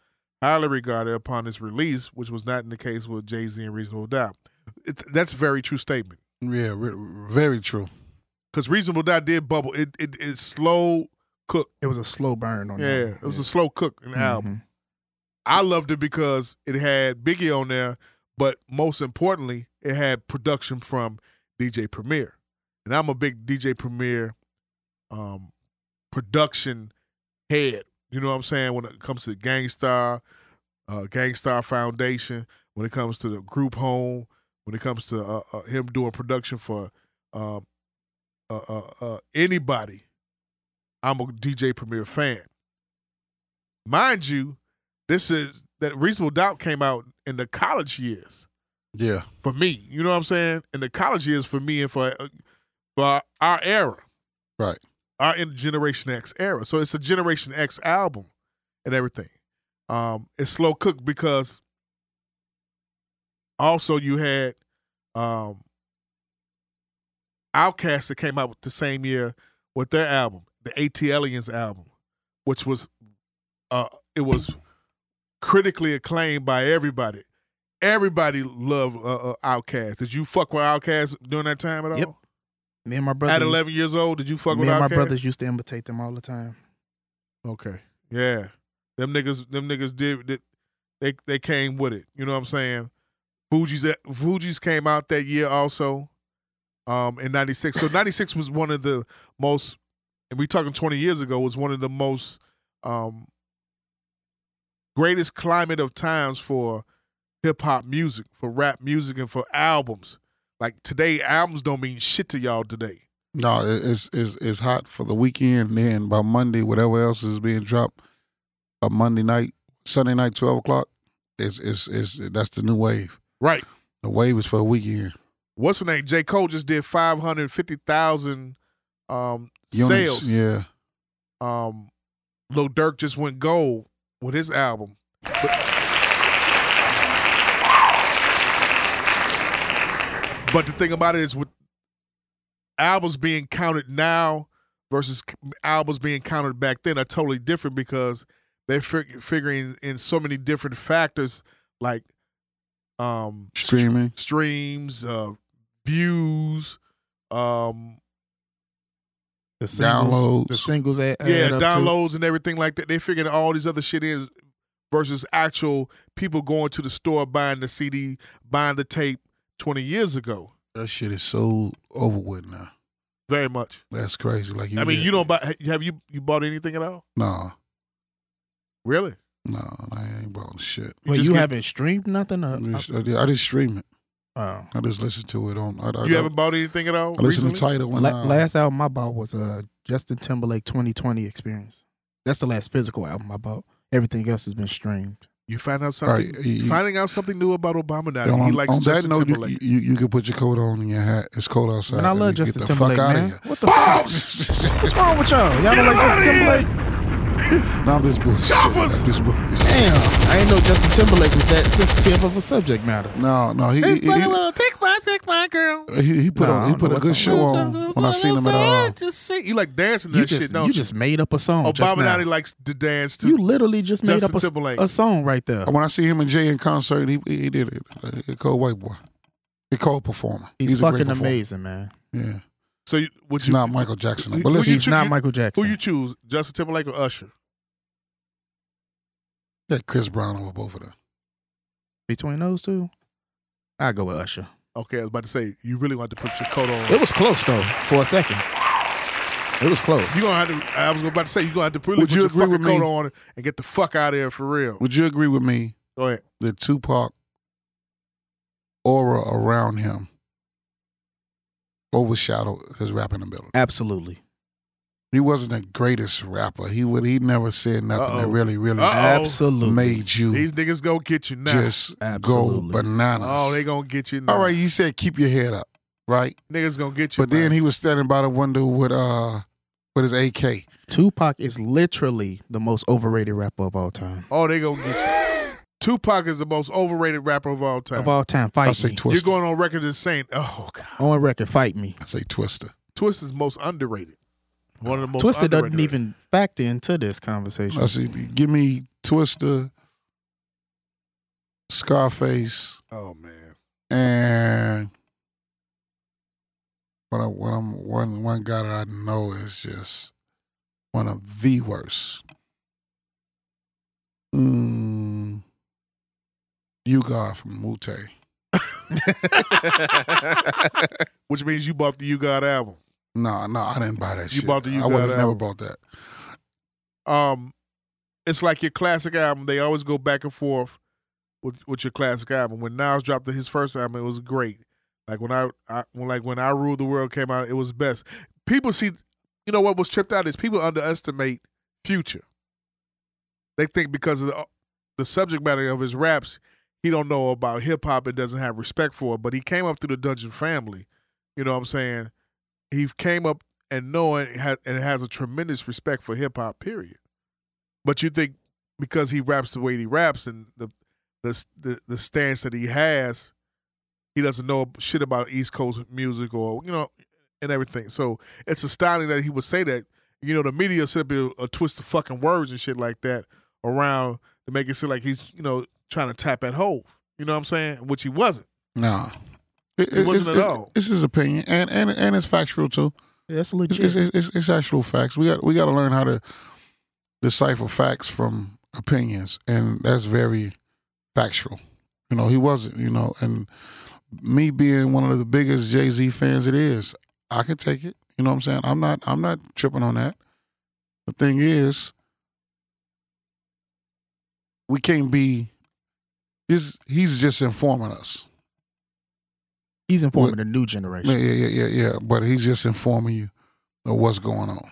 Speaker 5: highly regarded upon its release, which was not in the case with Jay Z and Reasonable Doubt. It's, that's a very true statement.
Speaker 4: Yeah, re- very true.
Speaker 5: Because Reasonable Doubt did bubble. It it it slow cook.
Speaker 7: It was a slow burn
Speaker 4: Oh,
Speaker 7: on
Speaker 5: Yeah,
Speaker 7: that.
Speaker 5: it was a slow cook
Speaker 7: Mm-hmm.
Speaker 5: in the
Speaker 4: Mm-hmm.
Speaker 5: album. I loved it because it had Biggie on there, but most importantly, it had production from DJ Premier. And I'm a big DJ Premier um, production head. You know what I'm saying? When it comes to Gangstar, uh, Gangstar Foundation, when it comes to the group home, when it comes to uh, uh, him doing production for um, uh, uh, uh, anybody, I'm a DJ Premier fan. Mind you, this is that Reasonable Doubt came out in the college years
Speaker 4: Yeah.
Speaker 5: for me. You know what I'm saying? In the college years for me and for uh, for our, our era,
Speaker 4: Right.
Speaker 5: our in- Generation X era. So it's a Generation X album and everything. Um, it's slow cooked because also you had um, Outkast that came out with the same year with their album, the AT Aliens album, which was uh, it was critically acclaimed by everybody. Everybody loved uh, uh, Outkast. Did you fuck with Outkast during that time at all?
Speaker 7: Yep. Me and my brother.
Speaker 5: At 11 years old, did you fuck
Speaker 7: me
Speaker 5: with
Speaker 7: and my
Speaker 5: Outkast?
Speaker 7: brothers used to imitate them all the time.
Speaker 5: Okay. Yeah. Them niggas them niggas did, did they they came with it. You know what I'm saying? Fuji's Fuji's came out that year also. Um in 96. So 96 was one of the most and we talking 20 years ago was one of the most um greatest climate of times for hip hop music, for rap music and for albums. Like today albums don't mean shit to y'all today.
Speaker 4: No, it- it's it's it's hot for the weekend. and Then by Monday, whatever else is being dropped, a Monday night, Sunday night, twelve o'clock, is is is that's the new wave.
Speaker 5: Right.
Speaker 4: The wave is for the weekend.
Speaker 5: what's her name? J. Cole just did five hundred fifty thousand um
Speaker 4: Units,
Speaker 5: sales.
Speaker 4: Yeah.
Speaker 5: Um Lil Durk just went gold with his album. But, But the thing about it is with albums being counted now versus c- albums being counted back then are totally different because they're fig- figuring in so many different factors like um
Speaker 4: Streaming.
Speaker 5: streams, uh, views, um,
Speaker 7: The singles,
Speaker 4: Downloads.
Speaker 7: The singles add,
Speaker 5: yeah,
Speaker 7: add up too.
Speaker 5: downloads and everything like that. They figured all these other shit is versus actual people going to the store buying the CD, buying the tape twenty years ago.
Speaker 4: That shit is so over with now.
Speaker 5: Very much.
Speaker 4: That's crazy. Like you
Speaker 5: I mean,
Speaker 4: did.
Speaker 5: you don't buy. Have you you bought anything at all?
Speaker 4: Nah.
Speaker 5: Really?
Speaker 4: No, I ain't buying shit.
Speaker 7: Well, you haven't streamed nothing uh, up.
Speaker 4: I just, I did- I just stream it.
Speaker 7: Oh.
Speaker 4: I just listen to it on. I, I,
Speaker 5: You haven't bought anything at all?
Speaker 4: I listen to
Speaker 5: recently?
Speaker 4: title when
Speaker 7: La-
Speaker 4: I,
Speaker 7: last album I bought was uh Justin Timberlake 2020 Experience. That's the last physical album I bought. Everything else has been streamed.
Speaker 5: You found out something.
Speaker 4: Right, you-
Speaker 5: finding out something new about Obama now.
Speaker 4: You know,
Speaker 5: he
Speaker 4: on,
Speaker 5: likes
Speaker 4: on
Speaker 5: Justin
Speaker 4: that note, you-
Speaker 5: Timberlake.
Speaker 4: you, you you can put your coat on and your hat. It's cold outside.
Speaker 7: Man, I
Speaker 4: and
Speaker 7: love
Speaker 4: we can
Speaker 7: Justin
Speaker 4: get the
Speaker 7: Timberlake,
Speaker 4: fuck out
Speaker 7: man.
Speaker 4: of here.
Speaker 7: What the fuck? What's wrong with y'all? Y'all don't like Justin Timberlake?
Speaker 4: [laughs] Nah, I'm just bullshit.
Speaker 7: Choppers!
Speaker 4: I'm just bullshit.
Speaker 7: Damn, I ain't know Justin Timberlake was that sensitive of a subject matter.
Speaker 4: No, no, he he, he,
Speaker 5: take my, take my girl.
Speaker 4: he, he put
Speaker 7: Nah, I
Speaker 4: on, he
Speaker 7: don't
Speaker 4: put
Speaker 7: know
Speaker 4: a good
Speaker 7: what's
Speaker 4: show on when I seen him at uh,
Speaker 5: Just see, you like dancing to
Speaker 7: You
Speaker 5: that shit,
Speaker 7: just,
Speaker 5: don't
Speaker 7: you just made up a song. just
Speaker 5: Obama
Speaker 7: now.
Speaker 5: Daddy likes to dance too.
Speaker 7: You literally just made
Speaker 5: Justin
Speaker 7: up a s-
Speaker 5: Timberlake.
Speaker 7: a, song right there.
Speaker 4: when I see him and Jay in concert. He he did it. He called white boy. He called performer.
Speaker 7: He's,
Speaker 4: a great
Speaker 7: fucking
Speaker 4: performer.
Speaker 7: amazing, man.
Speaker 4: Yeah,
Speaker 5: so you, would
Speaker 4: it's
Speaker 5: you,
Speaker 4: not Michael Jackson.
Speaker 5: Who-
Speaker 4: But
Speaker 5: who you
Speaker 4: listen,
Speaker 7: He's
Speaker 5: choo-
Speaker 7: not
Speaker 5: you-
Speaker 7: Michael Jackson.
Speaker 5: Who you choose, Justin Timberlake or Usher?
Speaker 4: yeah, Chris Brown over both of them.
Speaker 7: Between those two, I go with Usher.
Speaker 5: Okay, I was about to say you really want to put your coat on.
Speaker 7: It was close though for a second. It was close.
Speaker 5: You gonna have to. I was about to say you gonna have to really
Speaker 4: Would
Speaker 5: put
Speaker 4: you
Speaker 5: your
Speaker 4: agree
Speaker 5: fucking
Speaker 4: with me?
Speaker 5: coat on and get the fuck out of here for real.
Speaker 4: Would you agree with me
Speaker 5: Go ahead.
Speaker 4: the Tupac aura around him overshadowed his rapping ability.
Speaker 7: Absolutely.
Speaker 4: He wasn't the greatest rapper. He would he never said nothing that
Speaker 5: Uh-oh.
Speaker 4: really, really
Speaker 5: Uh-oh.
Speaker 7: Absolutely.
Speaker 4: made you
Speaker 5: These niggas gonna get you now.
Speaker 4: just
Speaker 7: Absolutely.
Speaker 4: go bananas.
Speaker 5: oh, they gonna get you now.
Speaker 4: All right, you said keep your head up, right?
Speaker 5: niggas gonna get you.
Speaker 4: But then
Speaker 5: now.
Speaker 4: he was standing by the window with uh with his AK.
Speaker 7: Tupac is literally the most overrated rapper of all time.
Speaker 5: Oh, they gonna get you. Tupac is the most overrated rapper of all time.
Speaker 7: Of all time, fight
Speaker 4: I say
Speaker 7: me.
Speaker 5: You're
Speaker 4: Twister.
Speaker 5: going on record as saying, "Oh God,
Speaker 7: On record, fight me.
Speaker 4: I say Twister.
Speaker 5: Twist is most underrated." One of the most
Speaker 7: Twisted doesn't
Speaker 5: underrated.
Speaker 7: even factor into this conversation.
Speaker 4: I say, give me Twister, Scarface,
Speaker 5: Oh man,
Speaker 4: and what I what I'm one one guy that I know is just one of the worst. Mm, you God from Wu Tang.
Speaker 5: which means you bought the You God album.
Speaker 4: No, no, I didn't buy that
Speaker 5: You
Speaker 4: shit.
Speaker 5: bought the You
Speaker 4: I would
Speaker 5: Got
Speaker 4: have never
Speaker 5: album.
Speaker 4: bought that.
Speaker 5: Um, it's like your classic album. They always go back and forth with with your classic album. When Nas dropped his first album, it was great. Like when I, I when like when I ruled the world came out, it was best. People see, you know what was tripped out is people underestimate Future. They think because of the, the subject matter of his raps, he don't know about hip hop and doesn't have respect for it. But he came up through the Dungeon family. You know what I'm saying? He came up and knowing ha- and has a tremendous respect for hip hop. Period. But you think because he raps the way he raps and the the the, the stance that he has, he doesn't know shit about East Coast music or you know and everything. So it's astounding that he would say that. You know, the media simply uh, twist the fucking words and shit like that around to make it seem like he's you know trying to tap at Hove. You know what I'm saying? Which he wasn't.
Speaker 4: No. It,
Speaker 5: It wasn't
Speaker 4: it's,
Speaker 5: at all.
Speaker 4: It's his opinion, and and and it's factual too.
Speaker 7: Yeah, that's
Speaker 4: It's,
Speaker 7: legit.
Speaker 4: it's, it's, it's actual facts. We got we got to learn how to decipher facts from opinions, and that's very factual. You know, he wasn't. You know, and me being one of the biggest Jay Z fans, it is. I can take it. You know what I'm saying? I'm not. I'm not tripping on that. The thing is, we can't be. He's he's just informing us.
Speaker 7: He's informing the new generation.
Speaker 4: Yeah, yeah, yeah, yeah, yeah. But he's just informing you of what's going on.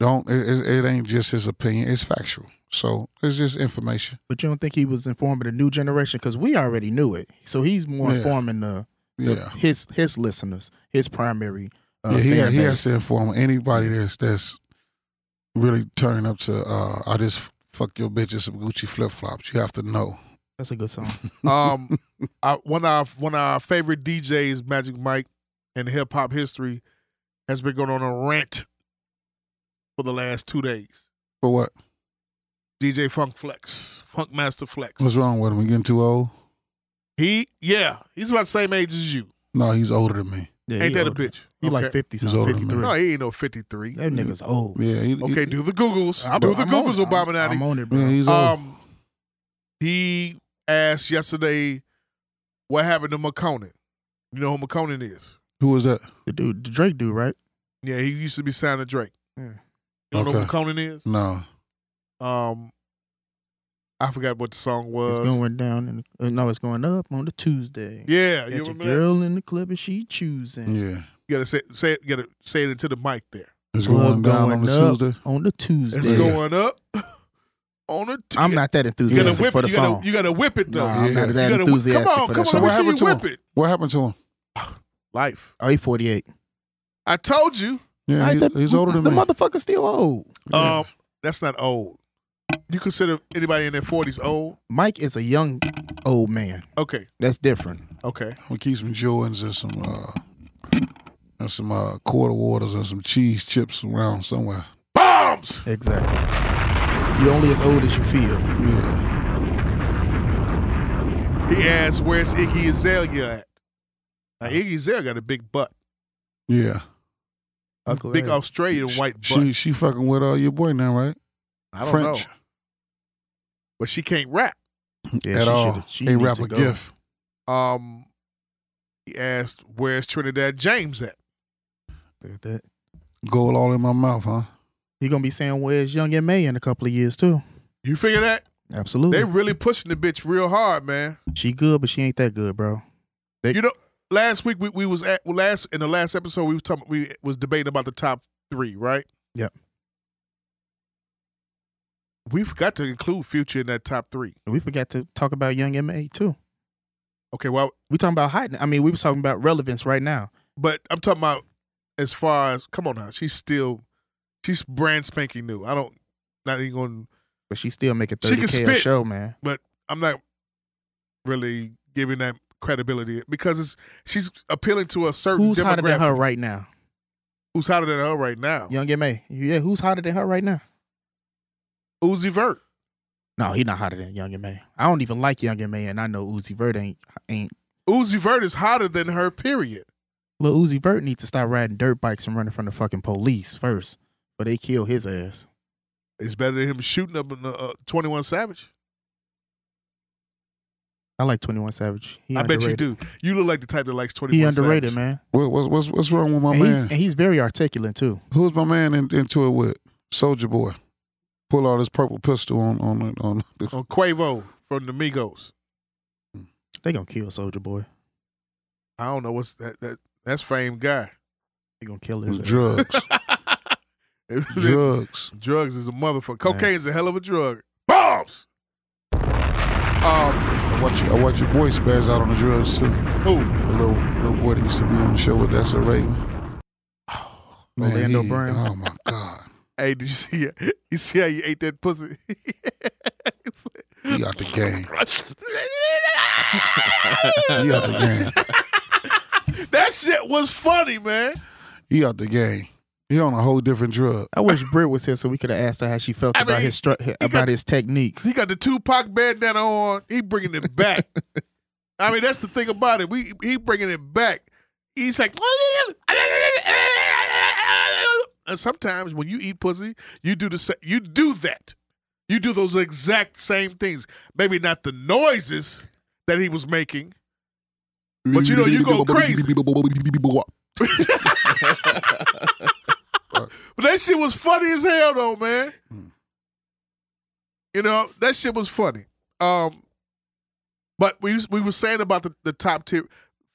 Speaker 4: Don't it, it, it ain't just his opinion; it's factual. So it's just information.
Speaker 7: But you don't think he was informing the new generation because we already knew it. So he's more
Speaker 4: Yeah.
Speaker 7: informing the, the-
Speaker 4: Yeah.
Speaker 7: his his listeners, his primary. Uh,
Speaker 4: yeah, he,
Speaker 7: fan
Speaker 4: he
Speaker 7: base.
Speaker 4: has to inform anybody that's that's really turning up to. uh I just fuck your bitches some Gucci flip flops. You have to know.
Speaker 7: That's a
Speaker 4: [laughs]
Speaker 7: good song.
Speaker 5: Um, [laughs] I, one of our, one of our favorite DJs, Magic Mike, in hip hop history, has been going on a rant for the last two days.
Speaker 4: But what?
Speaker 5: DJ Funk Flex, Funk Master Flex.
Speaker 4: What's wrong with him? He getting too old?
Speaker 5: He, yeah, he's about the same age as you.
Speaker 4: No, he's older than me.
Speaker 7: Yeah,
Speaker 5: ain't
Speaker 7: he
Speaker 5: that a
Speaker 7: older.
Speaker 5: bitch?
Speaker 7: He like
Speaker 5: Okay.
Speaker 7: 50 something,
Speaker 4: older than
Speaker 7: 53.
Speaker 4: me.
Speaker 5: No, he ain't no fifty-three.
Speaker 7: That nigga's old.
Speaker 4: Yeah. He, he-
Speaker 5: Okay, do the Googles.
Speaker 7: I'm-
Speaker 5: do the
Speaker 7: I'm on
Speaker 5: Googles,
Speaker 7: it. I'm-
Speaker 5: Obama
Speaker 7: I'm on it, bro.
Speaker 4: yeah, he's old.
Speaker 5: Um, he asked yesterday what happened to McConan. You know who McConan is?
Speaker 4: Who was that?
Speaker 7: the dude, the Drake dude, right?
Speaker 5: Yeah, he used to be signed to Drake.
Speaker 7: Yeah.
Speaker 5: You don't know who
Speaker 4: Okay.
Speaker 5: Conan is?
Speaker 4: No.
Speaker 5: Um, I forgot what the song was.
Speaker 7: It's going down and uh, no, it's going up on the Tuesday.
Speaker 5: yeah,
Speaker 7: Got
Speaker 5: you
Speaker 7: your
Speaker 5: remember? That?
Speaker 7: girl in the club and she choosing.
Speaker 4: Yeah.
Speaker 5: You gotta say say it, gotta say it into the mic there.
Speaker 4: It's going
Speaker 7: Club
Speaker 4: down on the
Speaker 7: up
Speaker 4: Tuesday.
Speaker 7: On the Tuesday.
Speaker 5: It's going up on a. T-
Speaker 7: I'm not that
Speaker 5: You gotta
Speaker 7: enthusiastic
Speaker 5: whip
Speaker 7: for the
Speaker 5: it. You gotta,
Speaker 7: song.
Speaker 5: you gotta whip it though.
Speaker 7: Nah, I'm
Speaker 5: You
Speaker 7: not that
Speaker 5: gotta whip-
Speaker 7: enthusiastic
Speaker 5: Come on,
Speaker 7: for
Speaker 5: come
Speaker 7: that
Speaker 5: on. Let me
Speaker 7: song.
Speaker 4: What
Speaker 5: see
Speaker 4: happened
Speaker 5: you
Speaker 4: to
Speaker 5: whip
Speaker 4: him?
Speaker 5: it.
Speaker 4: What happened to him?
Speaker 5: Life.
Speaker 7: oh, he 48.
Speaker 5: I told you.
Speaker 4: Yeah,
Speaker 7: Alright,
Speaker 4: he-
Speaker 7: that-
Speaker 4: he's older than
Speaker 7: the
Speaker 4: me.
Speaker 7: motherfucker's still old.
Speaker 5: Um, that's not old. You consider anybody in their forties old?
Speaker 7: Mike is a young old man.
Speaker 5: Okay,
Speaker 7: That's different.
Speaker 5: okay.
Speaker 4: We keep some Jordans and some uh and some uh quarter waters and some cheese chips around somewhere.
Speaker 5: Bombs.
Speaker 7: Exactly. You're only as old as you feel.
Speaker 4: Yeah.
Speaker 5: He asked, "Where's Iggy Azalea at?" Now, Iggy Azalea got a big butt,
Speaker 4: Yeah.
Speaker 5: a
Speaker 7: Uncle
Speaker 5: big
Speaker 7: Ed.
Speaker 5: Australian white butt.
Speaker 4: She she fucking with uh your boy now, right?
Speaker 5: I don't
Speaker 4: French
Speaker 5: know, but she can't rap.
Speaker 7: Yeah,
Speaker 4: at
Speaker 7: she
Speaker 4: all.
Speaker 7: should- she
Speaker 4: Ain't
Speaker 7: needs
Speaker 4: rap
Speaker 7: to
Speaker 4: a
Speaker 7: go.
Speaker 4: gift.
Speaker 5: Um, he asked, "Where's Trinidad James at?"
Speaker 7: Look at that.
Speaker 4: Gold all in my mouth, huh?
Speaker 7: He gonna be saying where's Young and May in a couple of years too.
Speaker 5: You figure that
Speaker 7: Absolutely.
Speaker 5: they really pushing the bitch real hard, man.
Speaker 7: she good, but she ain't that good, bro. They-
Speaker 5: You know, last week we, we was at well, last in the last episode we was talking we was debating about the top three, right?
Speaker 7: Yep.
Speaker 5: We forgot to include Future in that top three.
Speaker 7: We forgot to talk about Young and May too.
Speaker 5: Okay, well,
Speaker 7: We talking about height. I mean, we was talking about relevance right now.
Speaker 5: But I'm talking about as far as come on now, she's still She's brand spanking new. I don't not even going.
Speaker 7: But she still making
Speaker 5: She
Speaker 7: thirty
Speaker 5: can
Speaker 7: k a
Speaker 5: spit,
Speaker 7: show, man.
Speaker 5: But I'm not really giving that credibility because it's she's appealing to a certain
Speaker 7: Who's hotter than her
Speaker 5: demographic.
Speaker 7: right now?
Speaker 5: Who's hotter than her right now?
Speaker 7: Young M.A. Yeah, who's hotter than her right now?
Speaker 5: Uzi Vert.
Speaker 7: No, he not hotter than Young M.A. I don't even like Young M.A. and I know Uzi Vert ain't ain't.
Speaker 5: Uzi Vert is hotter than her. Period.
Speaker 7: Lil Uzi Vert needs to stop riding dirt bikes and running from the fucking police first, but they kill his ass.
Speaker 5: It's better than him shooting up in, uh, uh, 21 Savage.
Speaker 7: I like Twenty One Savage. He
Speaker 5: I bet you
Speaker 7: underrated.
Speaker 5: do. You look like the type that likes 21
Speaker 7: He underrated,
Speaker 5: Savage.
Speaker 7: man.
Speaker 4: What, what's, what's what's wrong with my
Speaker 7: And, he,
Speaker 4: man?
Speaker 7: and he's very articulate too.
Speaker 4: Who's my man in, into it with? Soldier Boy. Pull out his purple pistol on on on.
Speaker 7: [laughs]
Speaker 5: On Quavo from the Migos.
Speaker 7: They gonna kill Soldier Boy.
Speaker 5: I don't know what's that. that that's fame guy. [laughs]
Speaker 7: They gonna kill his ass. [laughs]
Speaker 4: Drugs. Drugs.
Speaker 5: Drugs is a motherfucker. Cocaine's a hell of a drug. Bombs. Um,
Speaker 4: I watch I watch your boy spaz out on the drugs too.
Speaker 5: Who?
Speaker 4: The little little boy that used to be on the show with That's a Raven. Man,
Speaker 7: Orlando
Speaker 4: he-
Speaker 7: Brown.
Speaker 4: Oh my god,
Speaker 5: hey, did you see? [laughs] You see how you ate that pussy? [laughs]
Speaker 4: he out the game. He out the game.
Speaker 5: that shit was funny, man.
Speaker 4: He out the game. He on a whole different drug.
Speaker 7: I wish Britt was here so we could have asked her how she felt
Speaker 5: I
Speaker 7: about
Speaker 5: mean,
Speaker 7: his stru- about his technique.
Speaker 5: He got the Tupac bandana on. He bringing it back. I mean, that's the thing about it. We he bringing it back. He's like, and sometimes when you eat pussy, you do the sa- you do that. You do those exact same things. Maybe not the noises that he was making, but you know you go crazy. But that shit was funny as hell though, man.
Speaker 4: Hmm.
Speaker 5: You know, that shit was funny. Um but we we were saying about the, the top tier.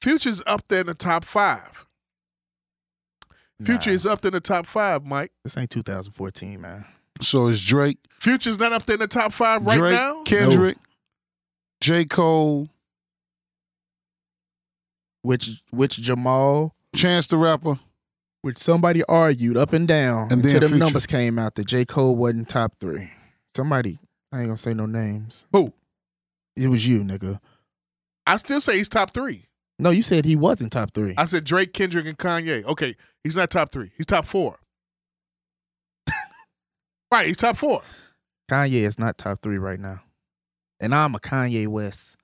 Speaker 5: Future's up there in the top five. Future is up there in the top five, Mike.
Speaker 7: This ain't 2014, man.
Speaker 4: So it's Drake,
Speaker 5: Future's not up there in the top five right
Speaker 4: Drake,
Speaker 5: now.
Speaker 4: Kendrick, J Cole,
Speaker 7: Which which Jamal,
Speaker 4: Chance the Rapper.
Speaker 7: which somebody argued up and down
Speaker 4: And then
Speaker 7: until them
Speaker 4: Future.
Speaker 7: numbers came out that J Cole wasn't top three. Somebody, I ain't gonna say no names.
Speaker 5: Who?
Speaker 7: It was you, nigga.
Speaker 5: I still say he's top three.
Speaker 7: No, you said he wasn't top three.
Speaker 5: I said Drake, Kendrick, and Kanye. Okay, he's not top three. He's top four. [laughs] right, he's top four.
Speaker 7: Kanye is not top three right now, and I'm a Kanye West,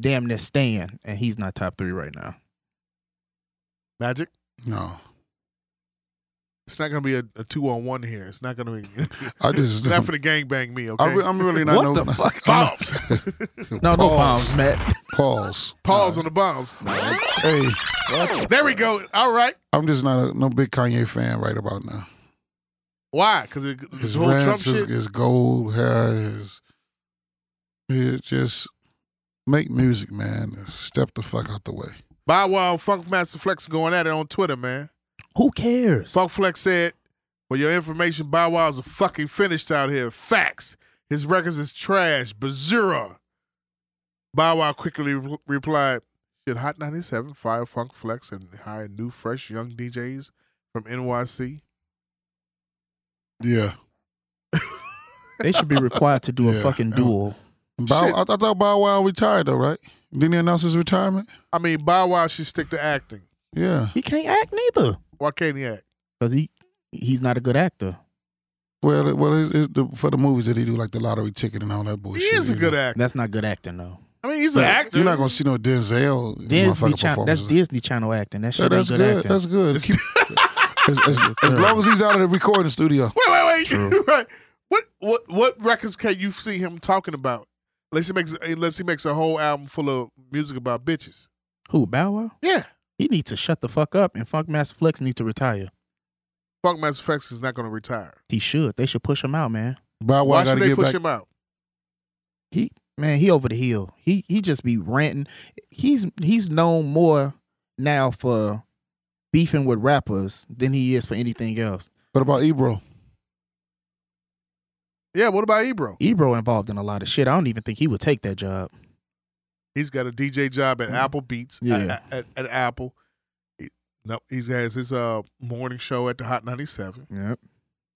Speaker 7: damn near stan, and he's not top three right now.
Speaker 5: Magic.
Speaker 4: No,
Speaker 5: It's not gonna be a, a two on one here. It's not gonna be. [laughs]
Speaker 4: I
Speaker 5: it's
Speaker 4: just-
Speaker 5: not for the gangbang me. Okay.
Speaker 4: I re- I'm really not.
Speaker 7: What
Speaker 4: no,
Speaker 7: the fuck?
Speaker 5: bombs.
Speaker 4: [laughs]
Speaker 7: No, no bombs, Matt.
Speaker 4: Pause.
Speaker 5: Pause on the bombs.
Speaker 4: Hey,
Speaker 5: There we go. All right.
Speaker 4: I'm just not a no big Kanye fan right about now.
Speaker 5: Why? Because it, this
Speaker 4: His
Speaker 5: whole Trump
Speaker 4: rants, his,
Speaker 5: shit.
Speaker 4: his gold hair, his it just make music, man. Step the fuck out the way.
Speaker 5: By while Funk Master Flex going at it on Twitter, man.
Speaker 7: Who cares?
Speaker 5: Funk Flex said, "For your information, Bow Wow's a fucking finished out here. Facts. His records is trash. Bazura." Bow Wow quickly re- replied, "Should Hot 97 fire Funk Flex and hire new, fresh, young DJs from NYC?"
Speaker 4: Yeah.
Speaker 7: They should be required to do a
Speaker 4: [laughs] Yeah.
Speaker 7: fucking duel.
Speaker 4: Bow,
Speaker 5: Shit.
Speaker 4: I, I thought Bow Wow retired though, right? Didn't he announce his retirement?
Speaker 5: I mean, Bow Wow should stick to acting.
Speaker 4: Yeah.
Speaker 7: He can't act neither.
Speaker 5: Why can't he act?
Speaker 7: because he he's not a good actor.
Speaker 4: Well, it- well, it's, it's the, for the movies that he do, like the lottery ticket and all that
Speaker 5: He
Speaker 4: bullshit.
Speaker 5: is a
Speaker 4: you
Speaker 5: good
Speaker 4: know.
Speaker 5: actor.
Speaker 7: That's not good acting though.
Speaker 5: I mean, he's an actor.
Speaker 4: You're not gonna see no Denzel
Speaker 7: Disney
Speaker 4: motherfucking
Speaker 7: Channel, that's
Speaker 4: performances.
Speaker 7: Disney Channel acting. That shit
Speaker 4: Yeah,
Speaker 7: ain't
Speaker 4: that's
Speaker 7: good,
Speaker 4: good.
Speaker 7: acting.
Speaker 5: [laughs]
Speaker 4: That's good. Keep- as, as- as long as he's out of the recording studio,
Speaker 5: Wait, wait, wait. [laughs] right. What what what records can you see him talking about? Unless he makes unless he makes a whole album full of music about bitches.
Speaker 7: Who Bow Wow?
Speaker 5: Yeah.
Speaker 7: He needs to shut the fuck up, and Funk Master Flex needs to retire.
Speaker 5: Funk Master Flex is not gonna retire.
Speaker 7: He should. They should push him out, man.
Speaker 4: Bow
Speaker 5: Why
Speaker 4: Wow
Speaker 5: should
Speaker 4: got to
Speaker 5: they
Speaker 4: get
Speaker 5: push
Speaker 4: back.
Speaker 5: him out?
Speaker 7: He man, he over the hill. He he just be ranting. He's he's known more now for beefing with rappers than he is for anything else.
Speaker 4: What about Ebro?
Speaker 5: Yeah, what about Ebro?
Speaker 7: Ebro involved in a lot of shit. I don't even think he would take that job.
Speaker 5: He's got a DJ job
Speaker 4: Mm.
Speaker 5: at Apple Beats.
Speaker 7: Yeah.
Speaker 5: At, at, at Apple. He, no, he has his uh morning show at the Hot 97.
Speaker 7: Yep.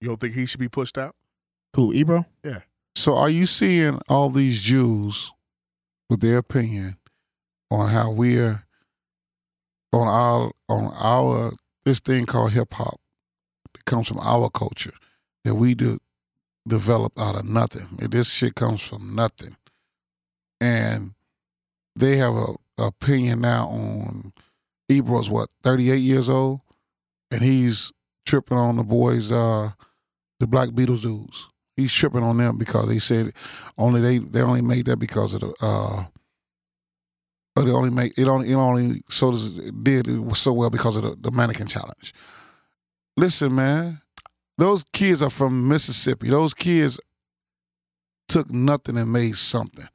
Speaker 5: You don't think he should be pushed out?
Speaker 7: Who, Ebro?
Speaker 5: Yeah.
Speaker 4: So are you seeing all these Jews with their opinion on how we're on our on our this thing called hip hop that comes from our culture that we do develop out of nothing. This shit comes from nothing. And they have a, a opinion now on Ebro's what, thirty eight years old? And he's tripping on the boys uh the Black Beatles dudes. He's tripping on them because they said only they they only made that because of the uh but it only make it only it only so does, it did it was so well because of the, the mannequin challenge. Listen, man, those kids are from Mississippi. Those kids took nothing and made something.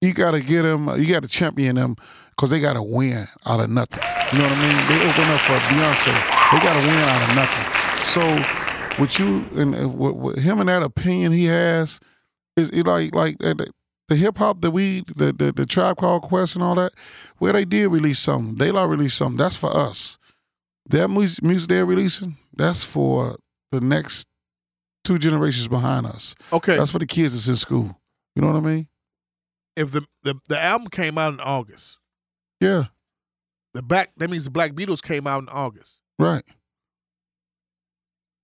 Speaker 4: You got to get them. You got to champion them because they got to win out of nothing. You know what I mean? They open up for Beyonce. They got to win out of nothing. So, with you and uh, with, with him and that opinion he has, is it like like that? that- the hip hop that we the, the the tribe called Quest and all that, where they did release something, De La released something. That's for us. That music, music they're releasing, that's for the next two generations behind us.
Speaker 5: Okay.
Speaker 4: that's for the kids that's in school. You know what I mean?
Speaker 5: If the, the the album came out in August,
Speaker 4: Yeah,
Speaker 5: the back that means the Black Beatles came out in August.
Speaker 4: right.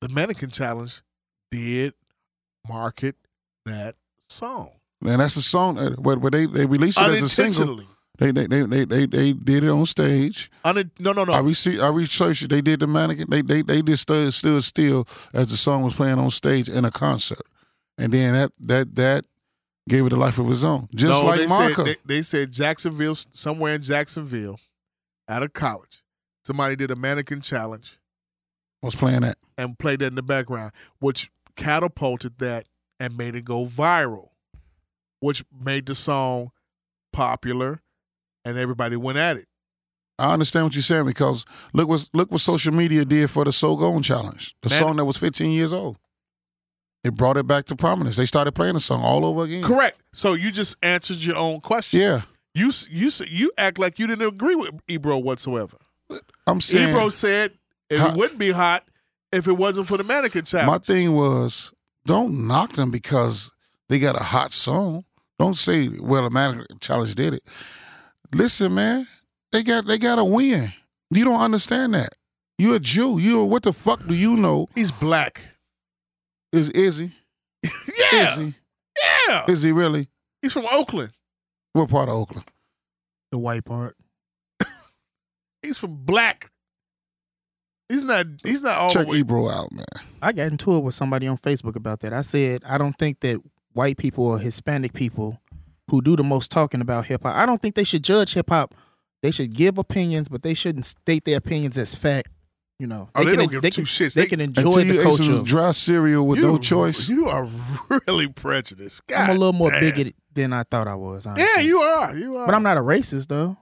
Speaker 5: The Mannequin Challenge did market that song.
Speaker 4: And that's the song. uh, Where, where they they released it as a single.
Speaker 5: Unintentionally.
Speaker 4: They they, they they they they did it on stage.
Speaker 5: Unin- no, no, no.
Speaker 4: I received I researched it. They did the mannequin. They they they just stood stood still as the song was playing on stage in a concert, and then that that that gave it a life of its own. Just
Speaker 5: No,
Speaker 4: like
Speaker 5: they
Speaker 4: Marco.
Speaker 5: Said, they, they said Jacksonville, somewhere in Jacksonville, out of college, somebody did a mannequin challenge
Speaker 4: was playing that.
Speaker 5: and played that in the background, which catapulted that and made it go viral, which made the song popular, and everybody went at it.
Speaker 4: I understand what you're saying because look what look what social media did for the So Gone challenge, the
Speaker 5: Man-
Speaker 4: song that was 15 years old. It brought it back to prominence. They started playing the song all over again.
Speaker 5: Correct. So you just answered your own question.
Speaker 4: Yeah,
Speaker 5: You s- you s- you act like you didn't agree with Ebro whatsoever.
Speaker 4: I'm saying.
Speaker 5: Ebro said it wouldn't be hot if it wasn't for the mannequin challenge.
Speaker 4: My thing was, don't knock them because they got a hot song. Don't say, well, the man challenge did it. Listen, man, they got they got to win. You don't understand that. You're a Jew. You what the fuck do you know?
Speaker 5: He's black.
Speaker 4: Is is he?
Speaker 5: yeah.
Speaker 4: Is he?
Speaker 5: Yeah.
Speaker 4: Is he really?
Speaker 5: He's from Oakland.
Speaker 4: What part of Oakland?
Speaker 7: The white part.
Speaker 5: He's from black. He's not. He's not all
Speaker 4: Check E-
Speaker 5: the way.
Speaker 4: Ebro out, man.
Speaker 7: I got into it with somebody on Facebook about that. I said I don't think that white people or Hispanic people who do the most talking about hip hop, I don't think they should judge hip hop. They should give opinions, but they shouldn't state their opinions as fact. You know,
Speaker 5: Oh, they
Speaker 7: can
Speaker 5: don't give
Speaker 7: they
Speaker 5: two
Speaker 7: can,
Speaker 5: shits.
Speaker 7: They,
Speaker 5: They-
Speaker 7: can
Speaker 4: Until
Speaker 7: enjoy
Speaker 4: you
Speaker 7: the
Speaker 4: ate some
Speaker 7: culture.
Speaker 4: dry cereal with
Speaker 5: You-
Speaker 4: no choice.
Speaker 5: You are [laughs] really prejudiced. God
Speaker 7: I'm a little more
Speaker 5: damn.
Speaker 7: bigoted than I thought I was. Honestly.
Speaker 5: Yeah, you are. You are.
Speaker 7: but I'm not a racist though.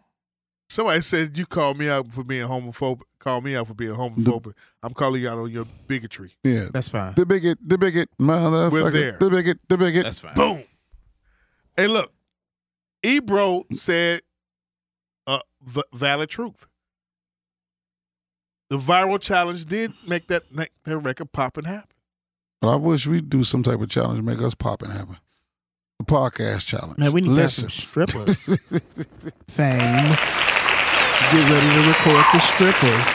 Speaker 5: Somebody said you called me out for being homophobic. Call me out for being homophobic. I'm calling you out on your bigotry.
Speaker 4: yeah,
Speaker 7: That's fine.
Speaker 4: the bigot, the bigot,
Speaker 5: We're
Speaker 4: motherfucker,
Speaker 5: there.
Speaker 4: the bigot, the bigot.
Speaker 13: That's fine.
Speaker 5: Boom. Hey, look, Ebro said a v- valid truth. The viral challenge did make that make that record pop and happen.
Speaker 4: But I wish we'd do some type of challenge, to make us pop and happen. The podcast challenge.
Speaker 7: Man, we need
Speaker 4: Listen.
Speaker 7: to have some [laughs]
Speaker 4: [laughs]
Speaker 7: strippers. Fame. Get ready to record the strippers.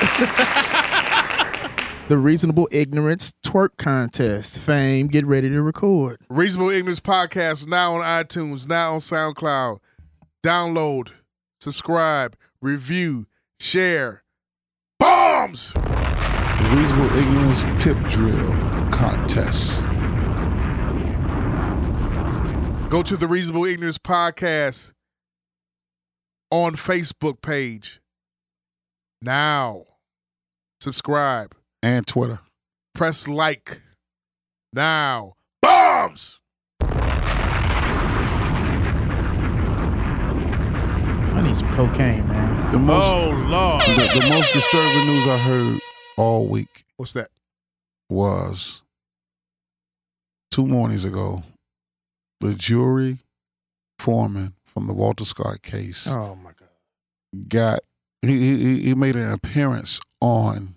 Speaker 7: [laughs] the Reasonable Ignorance Twerk Contest. Fame. Get ready to record.
Speaker 5: Reasonable Ignorance Podcast is now on iTunes, now on SoundCloud. Download, subscribe, review, share. Bombs!
Speaker 4: Reasonable Ignorance Tip Drill Contest.
Speaker 5: Go to the Reasonable Ignorance Podcast on Facebook page. Now, subscribe,
Speaker 4: And Twitter.
Speaker 5: press like. Now, bombs!
Speaker 7: I need some cocaine, man.
Speaker 4: The most,
Speaker 5: Oh, Lord.
Speaker 4: the, the most disturbing news I heard all week
Speaker 5: What's that?
Speaker 4: was two mornings ago, the jury foreman from the Walter Scott case
Speaker 7: Oh, my God.
Speaker 4: got he, he he- he made an appearance on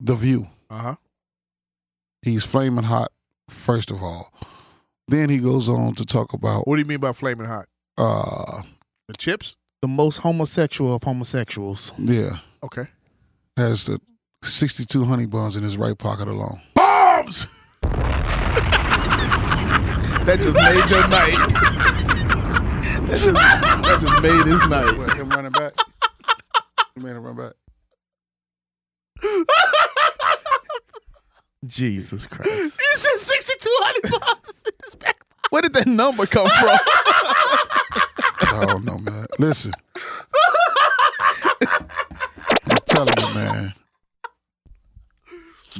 Speaker 4: the View.
Speaker 5: Uh huh.
Speaker 4: He's flaming hot, first of all. Then he goes on to talk about
Speaker 5: What do you mean by flaming hot?
Speaker 4: uh
Speaker 5: The chips?
Speaker 7: The most homosexual of homosexuals.
Speaker 4: yeah,
Speaker 5: Okay.
Speaker 4: has the sixty two honey buns in his right pocket alone.
Speaker 15: [laughs]
Speaker 5: Bombs!
Speaker 15: That just made your night. [laughs] that, just, that just made his night.
Speaker 4: What, him running back? He made him run back.
Speaker 15: Jesus
Speaker 7: [laughs]
Speaker 15: Christ.
Speaker 5: It's just 6,200 bucks.
Speaker 7: Where did that number [laughs] come from?
Speaker 4: I don't know, Oh, man. Listen. I'm telling you, man.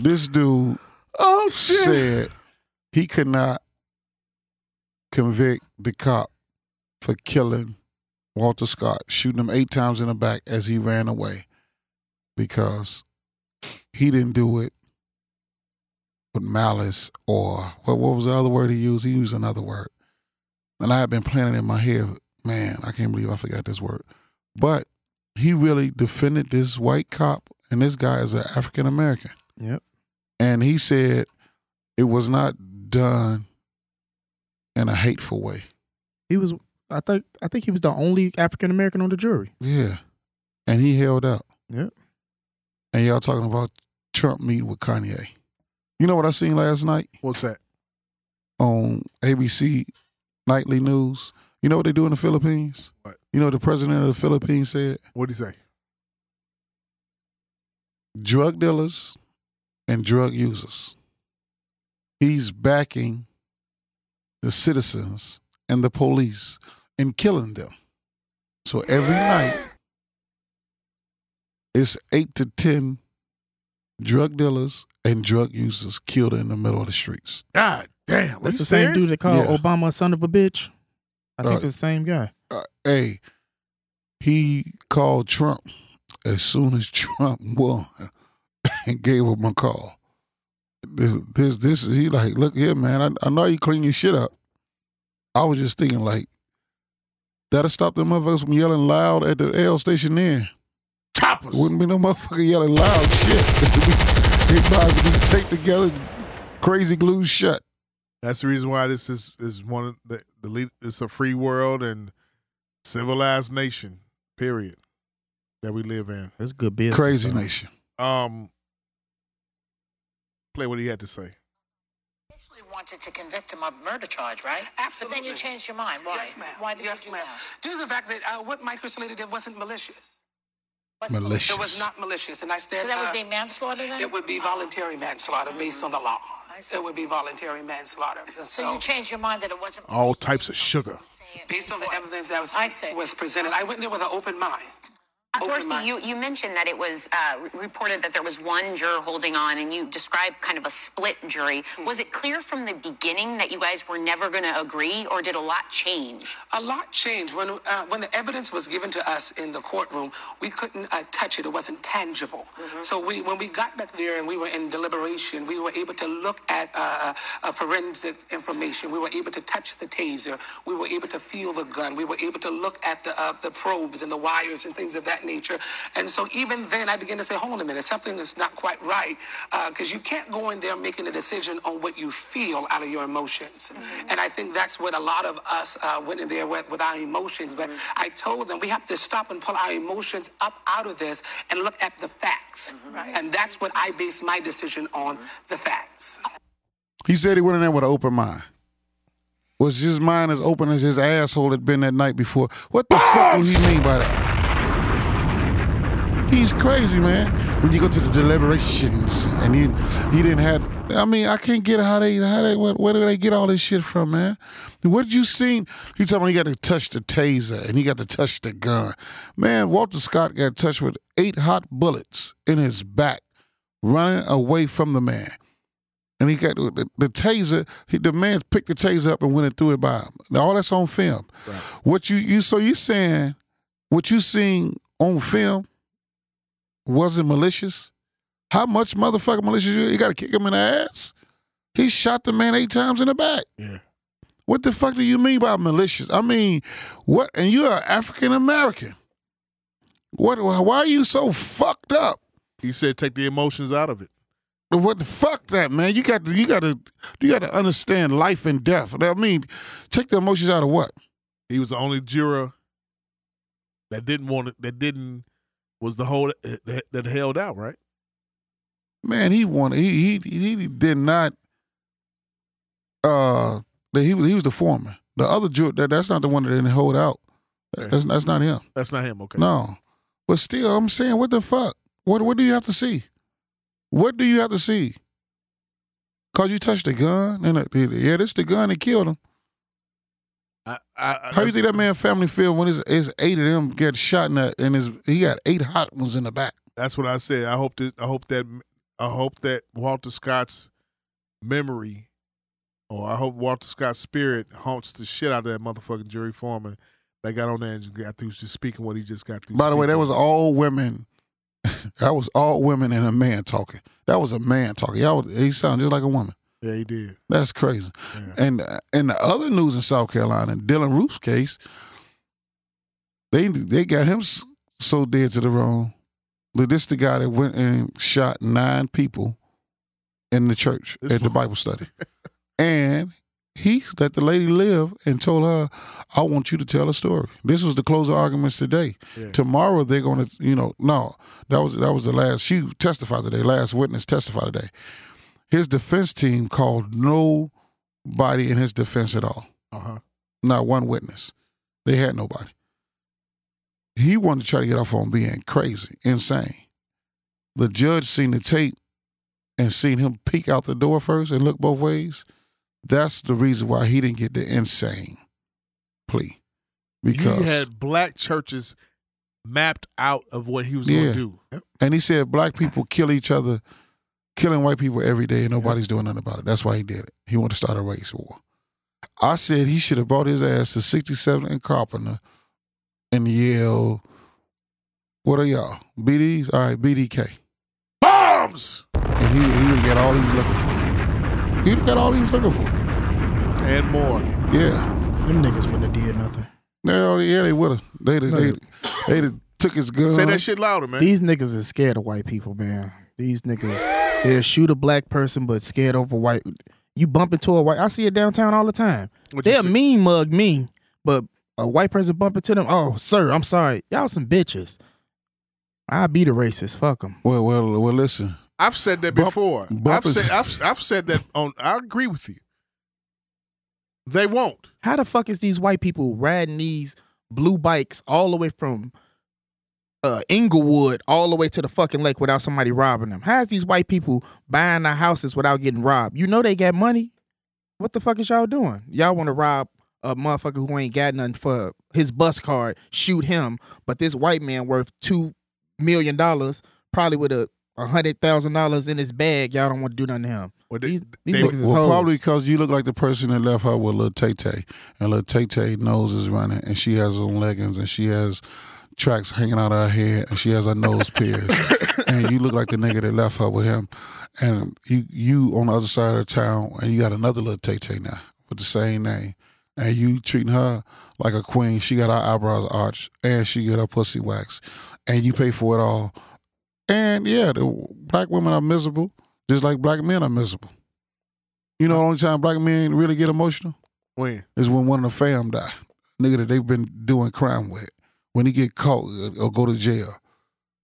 Speaker 4: This dude
Speaker 5: Oh,
Speaker 4: said he could not convict the cop for killing Walter Scott, shooting him eight times in the back as he ran away because he didn't do it with malice or what what was the other word he used? He used another word. And I had been planning in my head, man, I can't believe I forgot this word. But he really defended this white cop and this guy is an African American
Speaker 7: Yep.
Speaker 4: and he said it was not done in a hateful way.
Speaker 7: He was I think I think he was the only African American on the jury.
Speaker 4: Yeah, and he held up.
Speaker 7: Yep.
Speaker 4: And y'all talking about Trump meeting with Kanye. You know what I seen last night
Speaker 5: What's that?
Speaker 4: on ABC nightly news? You know what they do in the Philippines?
Speaker 5: What?
Speaker 4: You know what the president of the Philippines said?
Speaker 5: What'd he say?
Speaker 4: drug dealers and drug users. He's backing the citizens and the police and killing them. So every night, it's eight to 10 drug dealers and drug users killed in the middle of the streets.
Speaker 5: God damn.
Speaker 7: That's
Speaker 5: That's
Speaker 7: the same dude that called
Speaker 4: Yeah.
Speaker 7: Obama a son of a bitch. I think
Speaker 4: Uh,
Speaker 7: it's the same guy.
Speaker 4: Uh, hey, he called Trump as soon as [laughs] Trump won and gave him a call. This, this, this is he like, look here, man. I, I know you clean your shit up. I was just thinking, like, that'll stop them motherfuckers from yelling loud at the L station. There
Speaker 5: Toppers.
Speaker 4: wouldn't be no motherfucker yelling loud [laughs] shit. they might as well tape together, crazy glue shut.
Speaker 5: That's the reason why this is is one of the, the lead, it's a free world and civilized nation, period, that we live in.
Speaker 7: That's good business.
Speaker 4: Crazy
Speaker 7: though.
Speaker 4: nation.
Speaker 5: Um, play what he had to say.
Speaker 16: initially wanted to convict him of murder charge, right? Absolutely. But then you changed your mind. Why?
Speaker 6: Yes, ma'am.
Speaker 16: Why did
Speaker 6: yes,
Speaker 16: you do
Speaker 6: ma'am.
Speaker 16: that?
Speaker 6: Due to the fact that uh, what Mike Crystal did wasn't malicious.
Speaker 16: What's
Speaker 4: Malicious.
Speaker 6: It was not malicious, and I said
Speaker 16: So that
Speaker 6: uh,
Speaker 16: would be manslaughter then?
Speaker 6: it would be voluntary manslaughter based on the law. It would be voluntary manslaughter. And
Speaker 16: so, you changed your mind that it wasn't.
Speaker 5: All types of sugar.
Speaker 6: based on the evidence that was, was presented, I went there with an open mind.
Speaker 11: Unfortunately, you, you mentioned that it was uh, re- reported that there was one juror holding on, and you described kind of a split jury.
Speaker 16: Hmm.
Speaker 11: Was it clear from the beginning that you guys were never going to agree, or did a lot change?
Speaker 6: A lot changed when uh, when the evidence was given to us in the courtroom. We couldn't uh, touch it; it wasn't tangible. So we, when we got back there and we were in deliberation, we were able to look at uh, uh, forensic information. We were able to touch the taser. We were able to feel the gun. We were able to look at the uh, the probes and the wires and things of that nature. And so even then, I began to say, "Hold on a minute, something is not quite right," because you can't go in there making a decision on what you feel out of your emotions. And I think that's what a lot of us uh, went in there with, with our emotions. But I told them we have to stop and pull our emotions up out of this and look at the facts. And that's what I based my decision on the facts.
Speaker 4: He said he went in there with an open mind. Was his mind as open as his asshole had been that night before? What the fuck do he mean by that? He's crazy, man. When you go to the deliberations and he he didn't have I mean, I can't get how they how they where, where do they get all this shit from, man? What did you seen? He told me he got to touch the taser and he got to touch the gun. Man, Walter Scott got touched with eight hot bullets in his back, running away from the man. And he got the, the taser. He, the man picked the taser up and went and threw it by him. Now, all that's on film. What you you so you saying what you seen on film wasn't malicious? How much motherfucking malicious you? You got to kick him in the ass. He shot the man eight times in the back.
Speaker 5: Yeah.
Speaker 4: What the fuck do you mean by malicious? I mean, what? And you're an African American. What? Why are you so fucked up?
Speaker 5: He said, take the emotions out of it.
Speaker 4: But What the fuck that man? You got to you got to you got to understand life and death. I mean, take the emotions out of what?
Speaker 5: He was the only juror that didn't want it. That didn't was the whole eh, that, that held out. Right?
Speaker 4: Man, he wanted he he he did not uh that he was he was the foreman. The other juror that, that's not the one that didn't hold out. That's that's not him.
Speaker 5: That's not him. Okay.
Speaker 4: No. But still, I'm saying, what the fuck? What what do you have to see? What do you have to see? Cause you touched the gun, and it- it- yeah, this the gun that killed him.
Speaker 5: I, I, I,
Speaker 4: How you think that man family feel when his his eight of them get shot in that, and his he got eight hot ones in the back?
Speaker 5: That's what I said. I hope that I hope that I hope that Walter Scott's memory, or I hope Walter Scott's spirit haunts the shit out of that motherfucking jury foreman that got on there and got through just speaking what he just got through.
Speaker 4: By the way, that
Speaker 5: speaking.
Speaker 4: was all women. [laughs] that was all women and a man talking. That was a man talking. Y'all, he sounded just like a woman.
Speaker 5: yeah he did.
Speaker 4: That's crazy. And and the other news in South Carolina, Dylan Roof's case, they they got him s- so dead to the wrong. But this the guy that went and shot nine people in the church at the Bible study, and he let the lady live and told her, "I want you to tell a story." This was the closing arguments today. Tomorrow they're going to, you know, no, that was that was the last. She testified today. Last witness testified today his defense team called nobody in his defense at all.
Speaker 5: Uh-huh.
Speaker 4: Not one witness. They had nobody. He wanted to try to get off on being crazy, insane. The judge seen the tape and seen him peek out the door first and look both ways. That's the reason why he didn't get the insane plea. Because
Speaker 5: he had black churches mapped out of what he was going to do.
Speaker 4: And he said black people kill each other, killing white people every day, and nobody's doing nothing about it. That's why he did it. He wanted to start a race war. I said he should have brought his ass to 67 and Carpenter and yell, What are y'all? BDs? All right, BDK.
Speaker 5: Bombs!
Speaker 4: And he, he would have got all he was looking for. He would have got all he was looking for.
Speaker 5: And more.
Speaker 4: Yeah.
Speaker 7: Them niggas wouldn't have did nothing.
Speaker 4: No, yeah, they would have. They'd have, they'd, they'd have took his gun.
Speaker 5: Say that shit louder, man.
Speaker 7: Uh-huh. These niggas is scared of white people, man. These niggas, they'll shoot a black person, but scared over white. You bump into a white. I see it downtown all the time. They'll mean mug me, but a white person bump into them. Oh, sir, I'm sorry. Y'all some bitches. I be the racist. Fuck them.
Speaker 4: Well, well, well. Listen,
Speaker 5: I've said that before.
Speaker 7: bump
Speaker 5: I've
Speaker 7: is-
Speaker 5: said I've, I've said that on. I agree with you. They won't.
Speaker 7: How the fuck is these white people riding these blue bikes all the way from uh Inglewood all the way to the fucking lake without somebody robbing them? How is these white people buying their houses without getting robbed? You know they got money. What the fuck is y'all doing? Y'all want to rob a motherfucker who ain't got nothing for his bus card, shoot him, but this white man worth two million dollars, probably with a a hundred thousand dollars in his bag, y'all don't want to do nothing to him. these these niggas is
Speaker 4: well,
Speaker 7: hoes.
Speaker 4: probably because you look like the person that left her with little Tay Tay, and little Tay Tay nose is running, and she has on leggings, and she has tracks hanging out of her head, and she has her nose
Speaker 7: [laughs]
Speaker 4: pierced, and you look like the nigga that left her with him, and you you on the other side of town, and you got another little Tay Tay now with the same name, and you treating her like a queen. She got her eyebrows arched, and she get her pussy waxed, and you pay for it all. And yeah, the black women are miserable, just like black men are miserable. You know, the only time black men really get emotional
Speaker 5: When
Speaker 4: is when one of the fam die, nigga that they've been doing crime with. When he get caught or- or go to jail,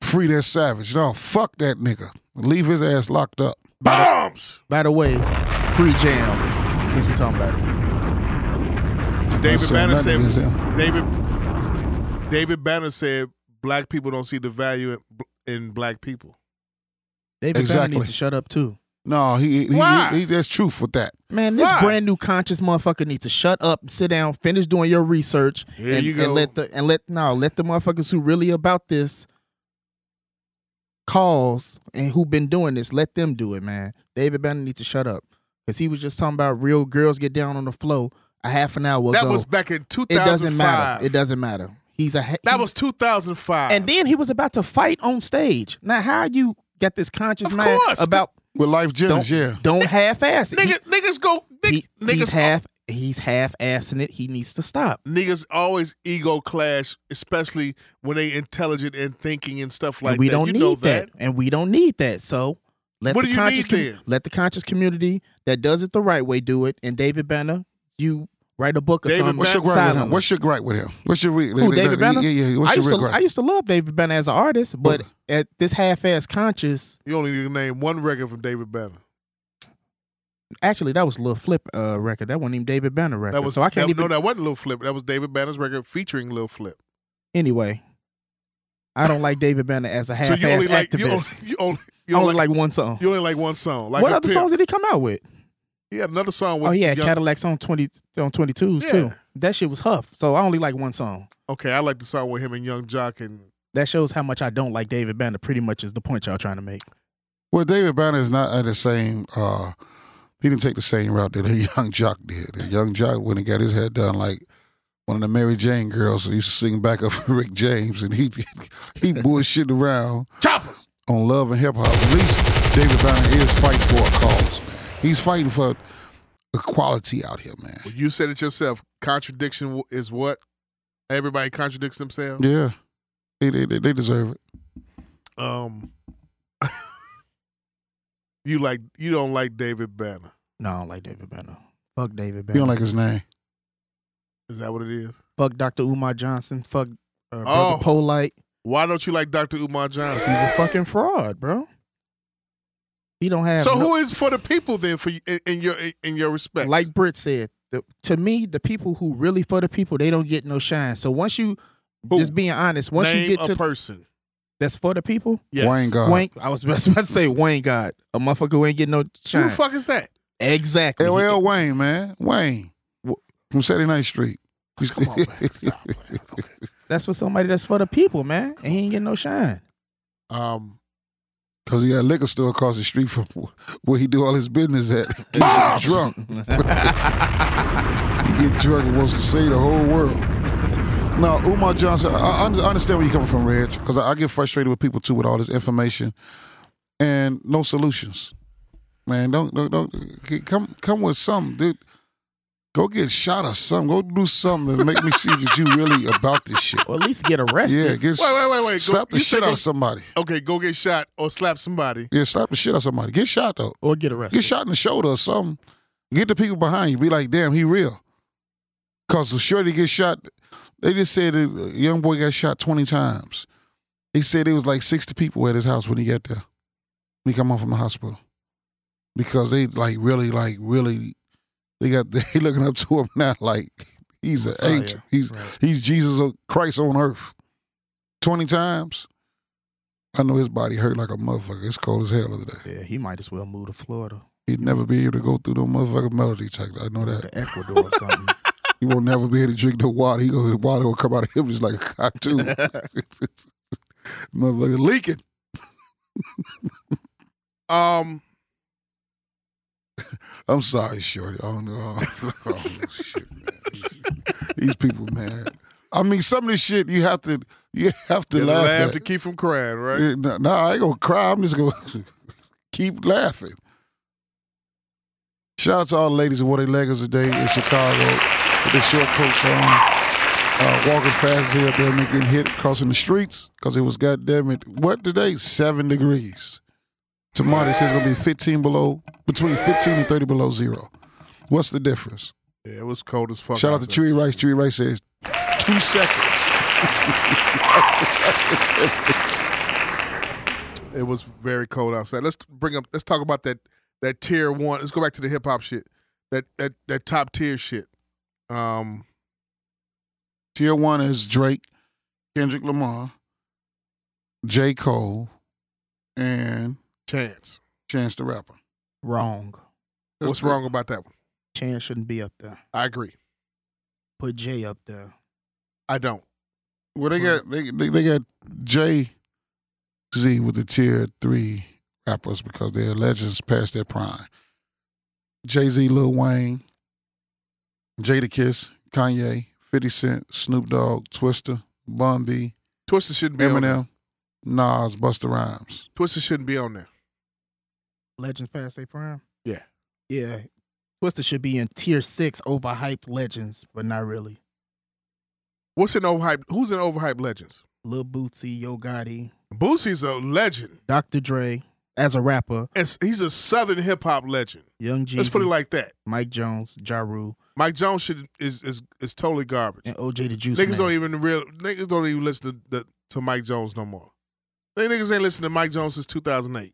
Speaker 4: free that savage. No, fuck that nigga. Leave his ass locked up.
Speaker 5: Bombs.
Speaker 7: By the way, free jam. Since we talking about it,
Speaker 5: David
Speaker 4: saying
Speaker 5: Banner
Speaker 4: nothing
Speaker 5: said.
Speaker 4: against
Speaker 5: David. David Banner said, "Black people don't see the value in, in black people."
Speaker 7: David exactly.
Speaker 4: Exactly.
Speaker 7: needs to shut up too.
Speaker 4: No, he he,
Speaker 5: Why?
Speaker 4: he, he that's truth with that.
Speaker 7: Man, this
Speaker 5: Why?
Speaker 7: brand new conscious motherfucker needs to shut up, and sit down, finish doing your research,
Speaker 5: Here
Speaker 7: and,
Speaker 5: you go.
Speaker 7: and let the and let no let the motherfuckers who really about this calls and who been doing this let them do it, man. David Banner needs to shut up because he was just talking about real girls get down on the flow a half an hour ago.
Speaker 5: that was back in two
Speaker 7: It
Speaker 5: thousand five.
Speaker 7: doesn't matter. It doesn't matter. He's a he-
Speaker 5: that was two thousand five.
Speaker 7: and then he was about to fight on stage. Now, how you got this conscious
Speaker 5: Of
Speaker 7: mind
Speaker 5: course.
Speaker 7: about
Speaker 4: With life
Speaker 7: don't,
Speaker 4: Jennings, yeah.
Speaker 7: don't half-ass it?
Speaker 5: niggas, niggas go. Niggas,
Speaker 7: He- he's half he's half assing it. He needs to stop.
Speaker 5: niggas always ego clash, especially when they intelligent and thinking and stuff like
Speaker 7: and we
Speaker 5: that.
Speaker 7: don't
Speaker 5: you
Speaker 7: need
Speaker 5: know
Speaker 7: that. and we don't need that. So Let
Speaker 5: What
Speaker 7: the
Speaker 5: do you
Speaker 7: conscious
Speaker 5: need
Speaker 7: com-
Speaker 5: then?
Speaker 7: Let the conscious community that does it the right way do it. And David Banner, you write a book or something.
Speaker 4: what's your gripe with him?
Speaker 7: silently.
Speaker 4: What's your gripe with him? What's your re-
Speaker 7: Who, David Banner?
Speaker 4: Yeah, yeah. What's
Speaker 7: I
Speaker 4: your
Speaker 7: used,
Speaker 4: real
Speaker 7: to, I
Speaker 4: gripe?
Speaker 7: used to love David Banner as an artist, but at this half-ass conscious,
Speaker 5: You only need to name one record from David Banner.
Speaker 7: actually, that was Lil Flip uh, record. That wasn't even David Banner record.
Speaker 5: That was
Speaker 7: so I can't
Speaker 5: that,
Speaker 7: even.
Speaker 5: No, that wasn't Lil Flip. That was David Banner's record featuring Lil Flip.
Speaker 7: Anyway, I don't like David Banner as a half-ass
Speaker 5: you only like you only,
Speaker 7: activist.
Speaker 5: you
Speaker 7: [laughs]
Speaker 5: only you
Speaker 7: I
Speaker 5: only
Speaker 7: only like one song.
Speaker 5: you only like one song. Like
Speaker 7: what
Speaker 5: a
Speaker 7: other
Speaker 5: pimp.
Speaker 7: songs did he come out with?
Speaker 5: He had another song with
Speaker 7: oh, yeah,
Speaker 5: Young-
Speaker 7: Cadillacs on twenty on twenty twos too.
Speaker 5: Yeah.
Speaker 7: That shit was huff. So I only like one song.
Speaker 5: Okay, I like the song with him and Young Jock and
Speaker 7: That shows how much I don't like David Banner. Pretty much is the point y'all trying to make.
Speaker 4: Well, David Banner is not at the same. uh He didn't take the same route that [laughs] a young jock did. A young jock when he got his hair done like one of the Mary Jane girls who used to sing back up [laughs] for Rick James, and he he bullshit around
Speaker 5: choppers
Speaker 4: on love and hip hop. At least David Banner is fighting for a cause, man. He's fighting for equality out here, man.
Speaker 5: Well, you said it yourself. Contradiction w- is what everybody contradicts themselves.
Speaker 4: Yeah, they they, they deserve it.
Speaker 5: Um, [laughs] you like you don't like David Banner.
Speaker 7: No, I don't like David Banner. Fuck David Banner.
Speaker 4: You don't like his name.
Speaker 5: Is that what it is?
Speaker 7: Fuck Dr. Umar Johnson. Fuck uh,
Speaker 5: Oh.
Speaker 7: Brother Polite.
Speaker 5: Why don't you like Dr. Umar Johnson?
Speaker 7: He's a fucking fraud, bro. He don't have.
Speaker 5: So
Speaker 7: no-
Speaker 5: who is for the people then? For you, in, in your in, in your respect,
Speaker 7: like Britt said, the, to me, the people who really for the people, they don't get no shine. So once you, just being honest, once
Speaker 5: name
Speaker 7: you get
Speaker 5: a
Speaker 7: to
Speaker 5: person.
Speaker 7: that's for the people.
Speaker 5: Yes. Wayne
Speaker 4: Uh-huh.
Speaker 5: God.
Speaker 7: Wayne, I was [laughs] about to say Wayne God, a motherfucker who ain't get no
Speaker 5: Who
Speaker 7: shine.
Speaker 5: the fuck is that?
Speaker 7: Exactly.
Speaker 4: LL Wayne, man. Wayne. From Saturday Night Street. Come on,
Speaker 7: That's for somebody that's for the people, man. And he ain't getting no shine.
Speaker 5: Um,
Speaker 4: Cause he got a liquor store across the street from [laughs] where he do all his business at. [laughs] He
Speaker 5: Bombs! [laughs]
Speaker 4: Gets drunk. he get drunk and wants to say the whole world. Now, Umar Johnson, I, I under- I understand where you're coming from, Reg, because I, I get frustrated with people too with all this information and no solutions. Man, don't don't, don't come come with something, dude. Go get shot or something. Go do something to make me see that you really about
Speaker 5: [laughs]
Speaker 4: this shit.
Speaker 7: Or at least get arrested.
Speaker 4: [laughs] Yeah, get
Speaker 5: Wait, wait, wait, wait. Go-
Speaker 4: slap the
Speaker 5: you said
Speaker 4: shit out
Speaker 5: go-
Speaker 4: of somebody.
Speaker 5: Okay, go get shot or slap somebody.
Speaker 4: Yeah, slap the shit out of somebody. Get shot though.
Speaker 7: Or get arrested.
Speaker 4: Get shot in the shoulder or something. Get the people behind you. Be like, damn, he real. Cause the shorty get shot. They just said that a young boy got shot twenty times. He said it was like sixty people at his house when he got there. When he come home from the hospital. Because they like really, like really they got [laughs] they looking up to him now like he's an
Speaker 7: Messiah,
Speaker 4: angel. He's he's Jesus of Christ on earth. Twenty times. I know his body hurt like a motherfucker. It's cold as hell today.
Speaker 7: Yeah, he might as well move to Florida,
Speaker 4: He'd never be able to go through no motherfucking melody check. I know that.
Speaker 7: to Ecuador or something. [laughs]
Speaker 4: He will never be able to drink no water. He goes, the water will come out of him just like a cartoon. Motherfucker leaking.
Speaker 5: Um,
Speaker 4: I'm sorry, Shorty. I don't know. [laughs] I don't know shit, man. These people, man. I mean, some of this shit you have to you have to
Speaker 5: you
Speaker 4: laugh,
Speaker 5: laugh
Speaker 4: at.
Speaker 5: to keep from crying, right?
Speaker 4: Yeah, No, no, I ain't gonna cry. I'm just gonna [laughs] keep laughing. Shout out to all the ladies who wore their leggings today in Chicago with their short coats on. Uh, walking fast as hell, damn near getting hit crossing the streets because it was goddamn it. What today? Seven degrees. Tomorrow it says it's gonna be 15 below, between 15 and 30 below zero. What's the difference?
Speaker 5: Yeah, it was cold as fuck.
Speaker 4: Shout out to
Speaker 5: outside.
Speaker 4: Chewy Rice. Chewy Rice says two seconds.
Speaker 5: It was very cold outside. Let's bring up. Let's talk about that that tier one. Let's go back to the hip hop shit. That that that top tier shit. Um,
Speaker 4: Tier one is Drake, Kendrick Lamar, J. Cole, and
Speaker 5: Chance.
Speaker 4: Chance the Rapper.
Speaker 7: Wrong.
Speaker 5: What's wrong about that one?
Speaker 7: Chance shouldn't be up there.
Speaker 5: I agree.
Speaker 7: Put Jay up there.
Speaker 5: I don't.
Speaker 4: Well, they got they they, they got Jay Z with the tier three rappers because they're legends past their prime. Jay Z, Lil Wayne, Jada Kiss, Kanye, Fifty Cent, Snoop Dogg, Twister, Bun B,
Speaker 5: Twisted shouldn't be on there.
Speaker 4: Eminem, Nas, Busta Rhymes.
Speaker 5: Twisted shouldn't be on there.
Speaker 7: Legends past their prime.
Speaker 5: Yeah.
Speaker 7: Yeah. Twister should be in tier six overhyped legends, but not really.
Speaker 5: What's an overhyped? Who's an overhyped legends?
Speaker 7: Lil Bootsy, Yo Gotti,
Speaker 5: Boosie's a legend.
Speaker 7: Dr. Dre, as a rapper.
Speaker 5: It's, he's a Southern hip hop legend.
Speaker 7: Young Jeezy.
Speaker 5: Let's put it like that.
Speaker 7: Mike Jones, Ja Rule.
Speaker 5: Mike Jones should is is is totally garbage.
Speaker 7: And OJ the Juice.
Speaker 5: Niggas
Speaker 7: Man.
Speaker 5: don't even real niggas don't even listen to the, to Mike Jones no more. They niggas ain't listened to Mike Jones since 2008.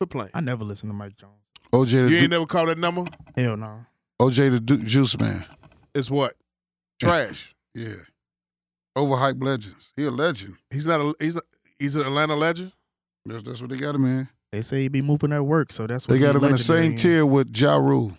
Speaker 5: Quit playing.
Speaker 7: I never listened to Mike Jones.
Speaker 4: OJ
Speaker 5: You
Speaker 4: the
Speaker 5: ain't
Speaker 4: Duke,
Speaker 5: never called that number.
Speaker 7: Hell no.
Speaker 4: OJ the Duke Juice Man.
Speaker 5: It's what trash. [laughs]
Speaker 4: Yeah. Overhyped legends. He a legend.
Speaker 5: He's not a he's not, he's an Atlanta legend.
Speaker 4: That's, that's what they got him in.
Speaker 7: They say he be moving at work, so that's what
Speaker 4: They got
Speaker 7: he
Speaker 4: him in the
Speaker 7: legendary
Speaker 4: same tier with Ja Rule.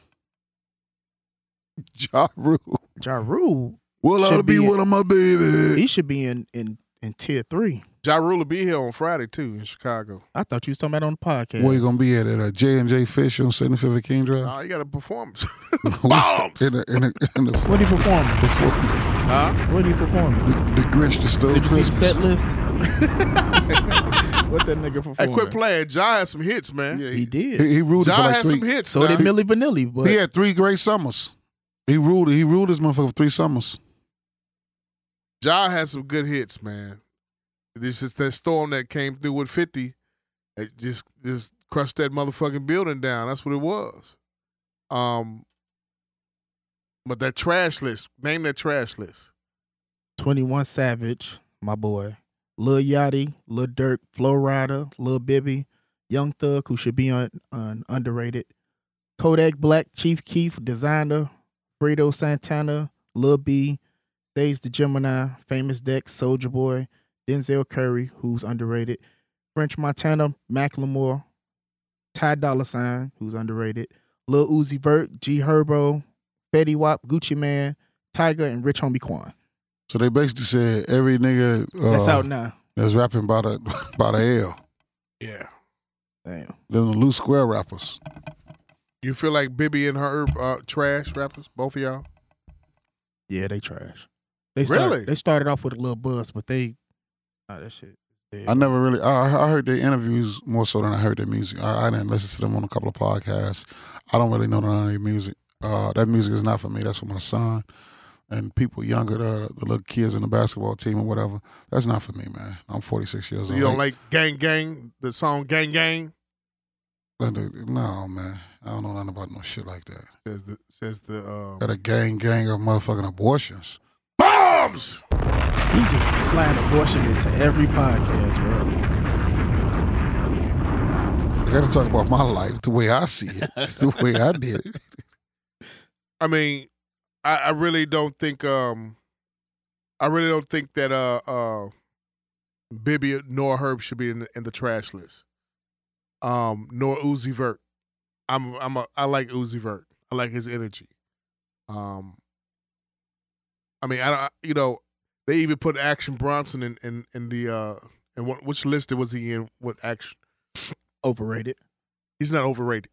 Speaker 4: [laughs] Ja Rule.
Speaker 7: Ja Rule.
Speaker 4: Will I
Speaker 7: should
Speaker 4: be
Speaker 7: in-
Speaker 4: one of my baby?
Speaker 7: He should be in in in tier three.
Speaker 5: Ja Rule will be here on Friday too in Chicago.
Speaker 7: I thought you was talking about on the podcast.
Speaker 4: Where you gonna be at? At uh, J and J Fish on 75th and King Drive.
Speaker 5: Nah, you got a performance. [laughs]
Speaker 4: Bombs. [laughs] in a, in a, in a,
Speaker 7: What he performing?
Speaker 4: before-
Speaker 5: huh?
Speaker 7: What he performing?
Speaker 4: the, the Grinch that stole
Speaker 7: Did you see the
Speaker 4: Christmas.
Speaker 7: set
Speaker 4: [laughs]
Speaker 7: list? what that nigga
Speaker 5: Hey,
Speaker 7: performing?
Speaker 5: quit playing. Ja had some hits, man.
Speaker 4: Yeah,
Speaker 7: He did.
Speaker 4: He, he ruled it
Speaker 5: Ja
Speaker 4: for like
Speaker 5: had
Speaker 4: three.
Speaker 5: some hits.
Speaker 7: so did
Speaker 5: nah.
Speaker 7: Millie Vanilli, but
Speaker 4: He had three great summers. He ruled. He ruled this motherfucker for three summers.
Speaker 5: Ja had some good hits, man. This is that storm that came through with 50. It just just crushed that motherfucking building down. That's what it was. Um but that trash list, name that trash list.
Speaker 7: 21 Savage, my boy, Lil Yachty, Lil Durk, Flo Rida, Lil Bibby, Young Thug, who should be on, on underrated, Kodak Black, Chief Keef, Designer, Fredo Santana, Lil B, Sage the Gemini, Famous Dex, Soldier Boy, Denzel Curry, who's underrated, French Montana, Macklemore, Ty Dolla Sign, who's underrated, Lil Uzi Vert, G Herbo, Fetty Wap, Gucci Man, Tiger, and Rich Homie Quan.
Speaker 4: So they basically said every nigga uh,
Speaker 7: That's out now.
Speaker 4: that's rapping about [laughs] a about a L.
Speaker 5: Yeah.
Speaker 7: Damn.
Speaker 4: Them the loose square rappers.
Speaker 5: You feel like Bibby and her uh, trash rappers, both of y'all?
Speaker 7: Yeah, they trash. They
Speaker 5: Really?
Speaker 7: Started, they started off with a little buzz, but they oh that shit.
Speaker 4: I never really. I, I heard their interviews more so than I heard their music. I, I didn't listen to them on a couple of podcasts. I don't really know none of their music. Uh, that music is not for me. That's for my son and people younger, the, the little kids in the basketball team or whatever. That's not for me, man. I'm 46 years old.
Speaker 5: You don't like Gang Gang, the song Gang Gang?
Speaker 4: No, man. I don't know nothing about no shit like that.
Speaker 5: Says the says the um,
Speaker 4: Got a gang, gang of motherfucking abortions.
Speaker 5: bombs.
Speaker 7: He just slide abortion into every podcast, bro.
Speaker 4: I got to talk about my life the way I see it, [laughs] the way I did it.
Speaker 5: I mean, I, I really don't think um I really don't think that uh uh Bibby nor Herb should be in the, in the trash list. Um nor Uzi Vert. I'm I'm a I like Uzi Vert. I like his energy. Um I mean, I don't you know, they even put Action Bronson in in, in the uh and what which list was he in with Action?
Speaker 7: Overrated.
Speaker 5: He's not overrated.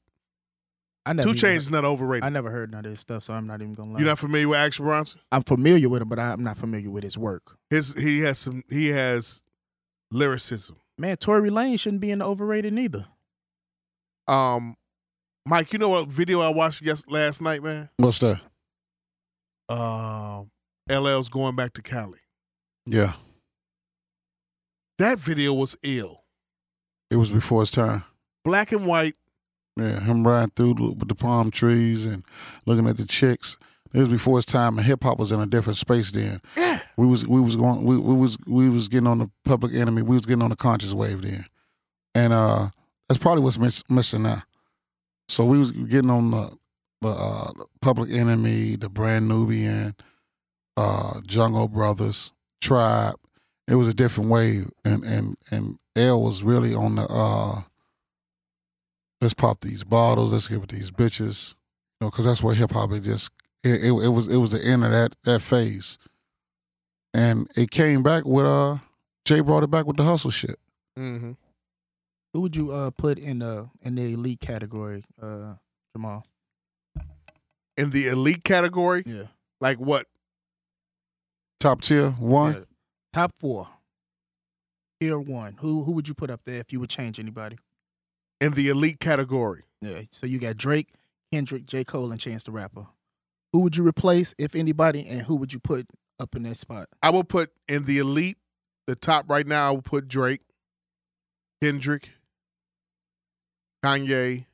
Speaker 7: I never
Speaker 5: Two
Speaker 7: even
Speaker 5: Chainz is not
Speaker 7: Heard, I
Speaker 5: overrated.
Speaker 7: never heard none of this stuff, so I'm not even gonna lie.
Speaker 5: You're not familiar with Action Bronson?
Speaker 7: I'm familiar with him, but I'm not familiar with his work.
Speaker 5: His he has some he has lyricism.
Speaker 7: Man, Tory Lane shouldn't be in the overrated neither.
Speaker 5: Um, Mike, you know what video I watched yes last night, man?
Speaker 4: What's that?
Speaker 5: Um, LL's going back to Cali.
Speaker 4: Yeah,
Speaker 5: That video was ill.
Speaker 4: it was before his time.
Speaker 5: Black and white.
Speaker 4: Yeah, him riding through the- with the palm trees and looking at the chicks. It was before his time, and hip hop was in a different space then.
Speaker 5: Yeah.
Speaker 4: We was we was going we, we was we was getting on the public enemy. We was getting on the conscious wave then, and uh, that's probably what's miss, missing now. So we was getting on the the uh, public enemy, the brand Nubian, uh, Jungle Brothers, Tribe. It was a different wave, and and and L was really on the. Uh, let's pop these bottles, let's get with these bitches, you know, because that's where hip hop it just it, it it was it was the end of that that phase, and it came back with uh Jay brought it back with the hustle shit.
Speaker 5: Mm-hmm.
Speaker 7: Who would you uh put in the in the elite category, uh Jamal?
Speaker 5: In the elite category,
Speaker 7: Yeah.
Speaker 5: like what?
Speaker 4: Top tier one,
Speaker 7: Top four. Tier one. Who who would you put up there if you would change anybody?
Speaker 5: In the elite category,
Speaker 7: Yeah. So you got Drake, Kendrick, J. Cole, and Chance the Rapper. Who would you replace, if anybody, and who would you put up in that spot?
Speaker 5: I will put in the elite, the top right now. I will put Drake, Kendrick, Kanye,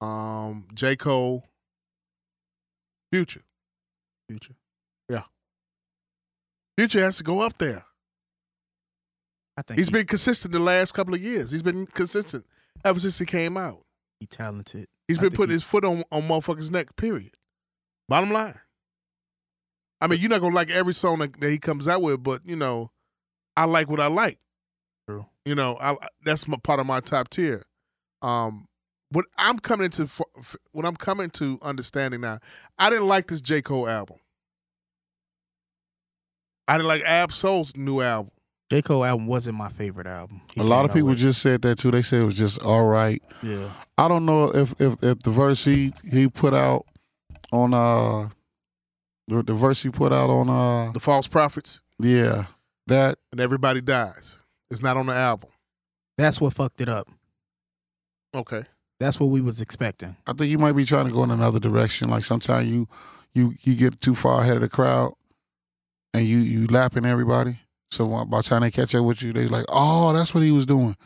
Speaker 5: um, J. Cole, Future.
Speaker 7: Future.
Speaker 5: Yeah. Future has to go up there.
Speaker 7: I think
Speaker 5: He's been consistent the last couple of years. He's been consistent ever since he came out.
Speaker 7: he talented.
Speaker 5: He's
Speaker 7: I
Speaker 5: been
Speaker 7: think
Speaker 5: putting
Speaker 7: he-
Speaker 5: his foot on, on motherfuckers' neck, period. Bottom line. I mean, you're not gonna like every song that, that he comes out with, but you know, I like what I like.
Speaker 7: True.
Speaker 5: You know, I that's my part of my top tier. Um, what I'm coming to f- f- what I'm coming to understanding now, I didn't like this J Cole album. I didn't like Ab Soul's new album.
Speaker 7: J Cole album wasn't my favorite album. He
Speaker 4: A lot
Speaker 7: came
Speaker 4: of
Speaker 7: out
Speaker 4: people
Speaker 7: with-
Speaker 4: just said that too. They said it was just all right.
Speaker 7: Yeah.
Speaker 4: I don't know if if, if the verse he, he put out on uh the, the verse he put out on uh
Speaker 5: The False Prophets
Speaker 4: yeah that
Speaker 5: and Everybody Dies. It's not on the album.
Speaker 7: That's what fucked it up.
Speaker 5: Okay.
Speaker 7: That's what we was expecting.
Speaker 4: I think you might be trying to go in another direction. Like sometimes you you you get too far ahead of the crowd and you you lapping everybody. So when- by the time they catch up with you, they like, oh, that's what he was doing.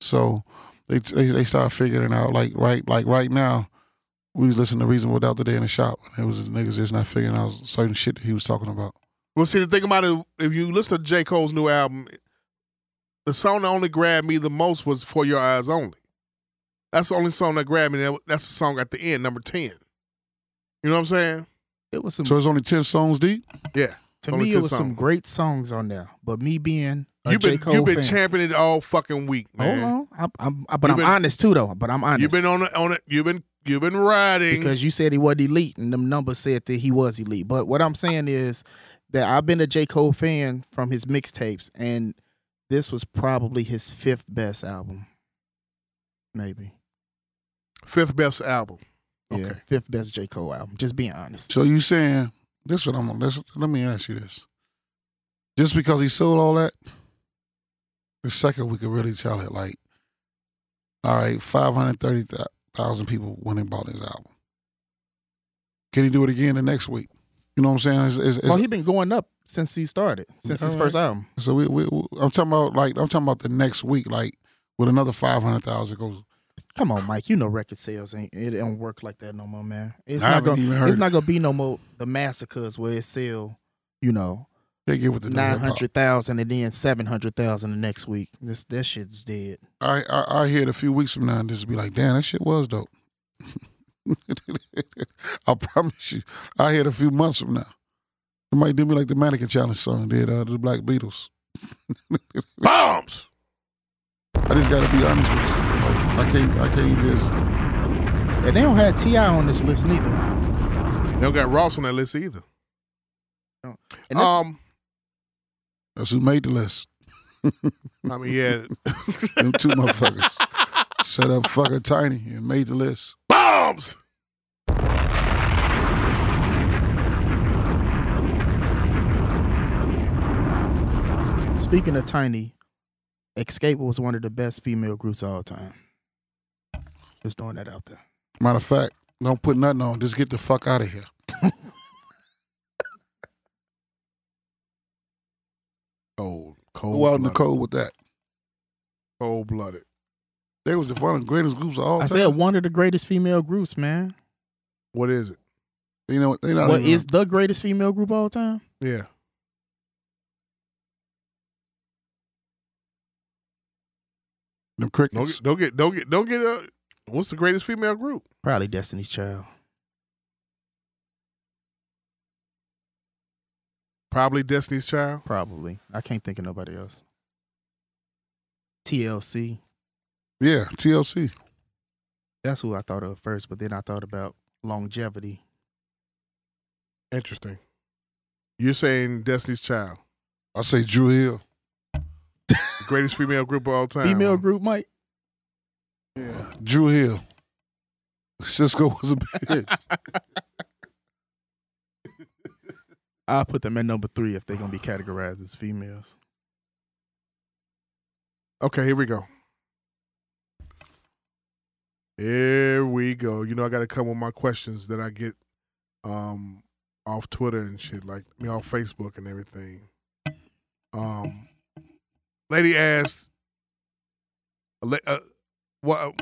Speaker 4: So they they, they start figuring out like right like right now. We was listening to Reason Without the Day in the shop, and it was just niggas just not figuring out certain shit that he was talking about.
Speaker 5: Well, see, the thing about it, if you listen to J. Cole's new album, the song that only grabbed me the most was For Your Eyes Only. That's the only song that grabbed me. That- That's the song at the end, number 10. You know what I'm saying?
Speaker 7: It was some
Speaker 4: So it's only ten songs deep.
Speaker 5: Yeah.
Speaker 7: to
Speaker 5: only
Speaker 7: me it
Speaker 5: 10
Speaker 7: was some
Speaker 5: songs.
Speaker 7: great songs on there. But me being a
Speaker 5: You've
Speaker 7: J.
Speaker 5: been,
Speaker 7: Cole
Speaker 5: you've been
Speaker 7: fan-
Speaker 5: championing it all fucking week, man.
Speaker 7: Hold on. I'm, I'm, I- but
Speaker 5: You
Speaker 7: I'm
Speaker 5: been-
Speaker 7: honest too though. But I'm honest.
Speaker 5: You've been on it, on it. You've been, you've been riding.
Speaker 7: because you said he wasn't elite, and them numbers said that he was elite. But what I'm saying is that I've been a J. Cole fan from his mixtapes, and this was probably his fifth best album. Maybe.
Speaker 5: Fifth best album.
Speaker 7: Yeah, fifth best J. Cole album. Just being honest.
Speaker 4: So you saying this? What I'm let let me ask you this: just because he sold all that, the second we could really tell it, like, all right, five hundred thirty thousand people went and bought his album. Can he do it again the next week? You know what I'm saying? It's, it's, it's-
Speaker 7: well, he been going up since he started, since his
Speaker 4: All
Speaker 7: first
Speaker 4: right.
Speaker 7: album.
Speaker 4: so we, we, we- I'm talking about like I'm talking about the next week, like with another five hundred thousand goes.
Speaker 7: Come on, Mike. You know record sales ain't it don't work like that no more, man. It's
Speaker 4: I
Speaker 7: not
Speaker 4: haven't
Speaker 7: gonna
Speaker 4: even heard
Speaker 7: it's
Speaker 4: it.
Speaker 7: not gonna be no more the massacres where it sell, you know,
Speaker 4: They get with the new hip-hop.
Speaker 7: nine hundred thousand and then seven hundred thousand the next week. This that shit's dead.
Speaker 4: I, I I hear it a few weeks from now and just be like, damn, that shit was dope. [laughs] I promise you, I hear it a few months from now. It might do me like the Mannequin Challenge song did uh, the Black Beatles.
Speaker 5: Bombs.
Speaker 4: I just got to be honest with you. Like, I can't I can't just
Speaker 7: And they don't have Ti on this list neither.
Speaker 5: They don't got Ross on that list either.
Speaker 7: And that's-
Speaker 5: Um,
Speaker 4: that's who made the list.
Speaker 5: I mean,
Speaker 7: [laughs]
Speaker 5: yeah.
Speaker 4: Them two motherfuckers set up fucking tiny and made the list.
Speaker 5: Bombs.
Speaker 7: speaking of Tiny, Escape was one of the best female groups of all time. Just throwing that out there.
Speaker 4: Matter of fact, don't put nothing on. Just get the fuck out of here.
Speaker 5: Cold. Cold.
Speaker 4: Go out in the
Speaker 5: blooded.
Speaker 4: cold with that.
Speaker 5: Cold blooded.
Speaker 4: They was the one of the greatest groups of all
Speaker 7: I
Speaker 4: time.
Speaker 7: said one of the greatest female groups, man.
Speaker 5: What is it?
Speaker 4: you know they not
Speaker 7: What
Speaker 4: even-
Speaker 7: is the greatest female group of all time?
Speaker 5: Yeah.
Speaker 4: them
Speaker 5: Don't
Speaker 4: crickets.
Speaker 5: get, don't get, don't get, don't get. Uh, what's the greatest female group?
Speaker 7: Probably Destiny's Child.
Speaker 5: Probably Destiny's Child.
Speaker 7: Probably. I can't think of nobody else. TLC.
Speaker 4: Yeah, TLC.
Speaker 7: That's who I thought of first, but then I thought about longevity.
Speaker 5: Interesting. You're saying Destiny's Child,
Speaker 4: I say Drew Hill.
Speaker 5: the greatest female group of all time.
Speaker 7: Female group, Mike.
Speaker 4: Drew Hill. Cisco was
Speaker 5: [laughs]
Speaker 4: a bitch.
Speaker 7: I'll put them at number three if they're gonna be categorized as females.
Speaker 5: Okay, here we go. Here we go. You know, I got to come with my questions that I get um off Twitter and shit, like I mean, off Facebook and everything. Um, lady asked, a la- uh, Well,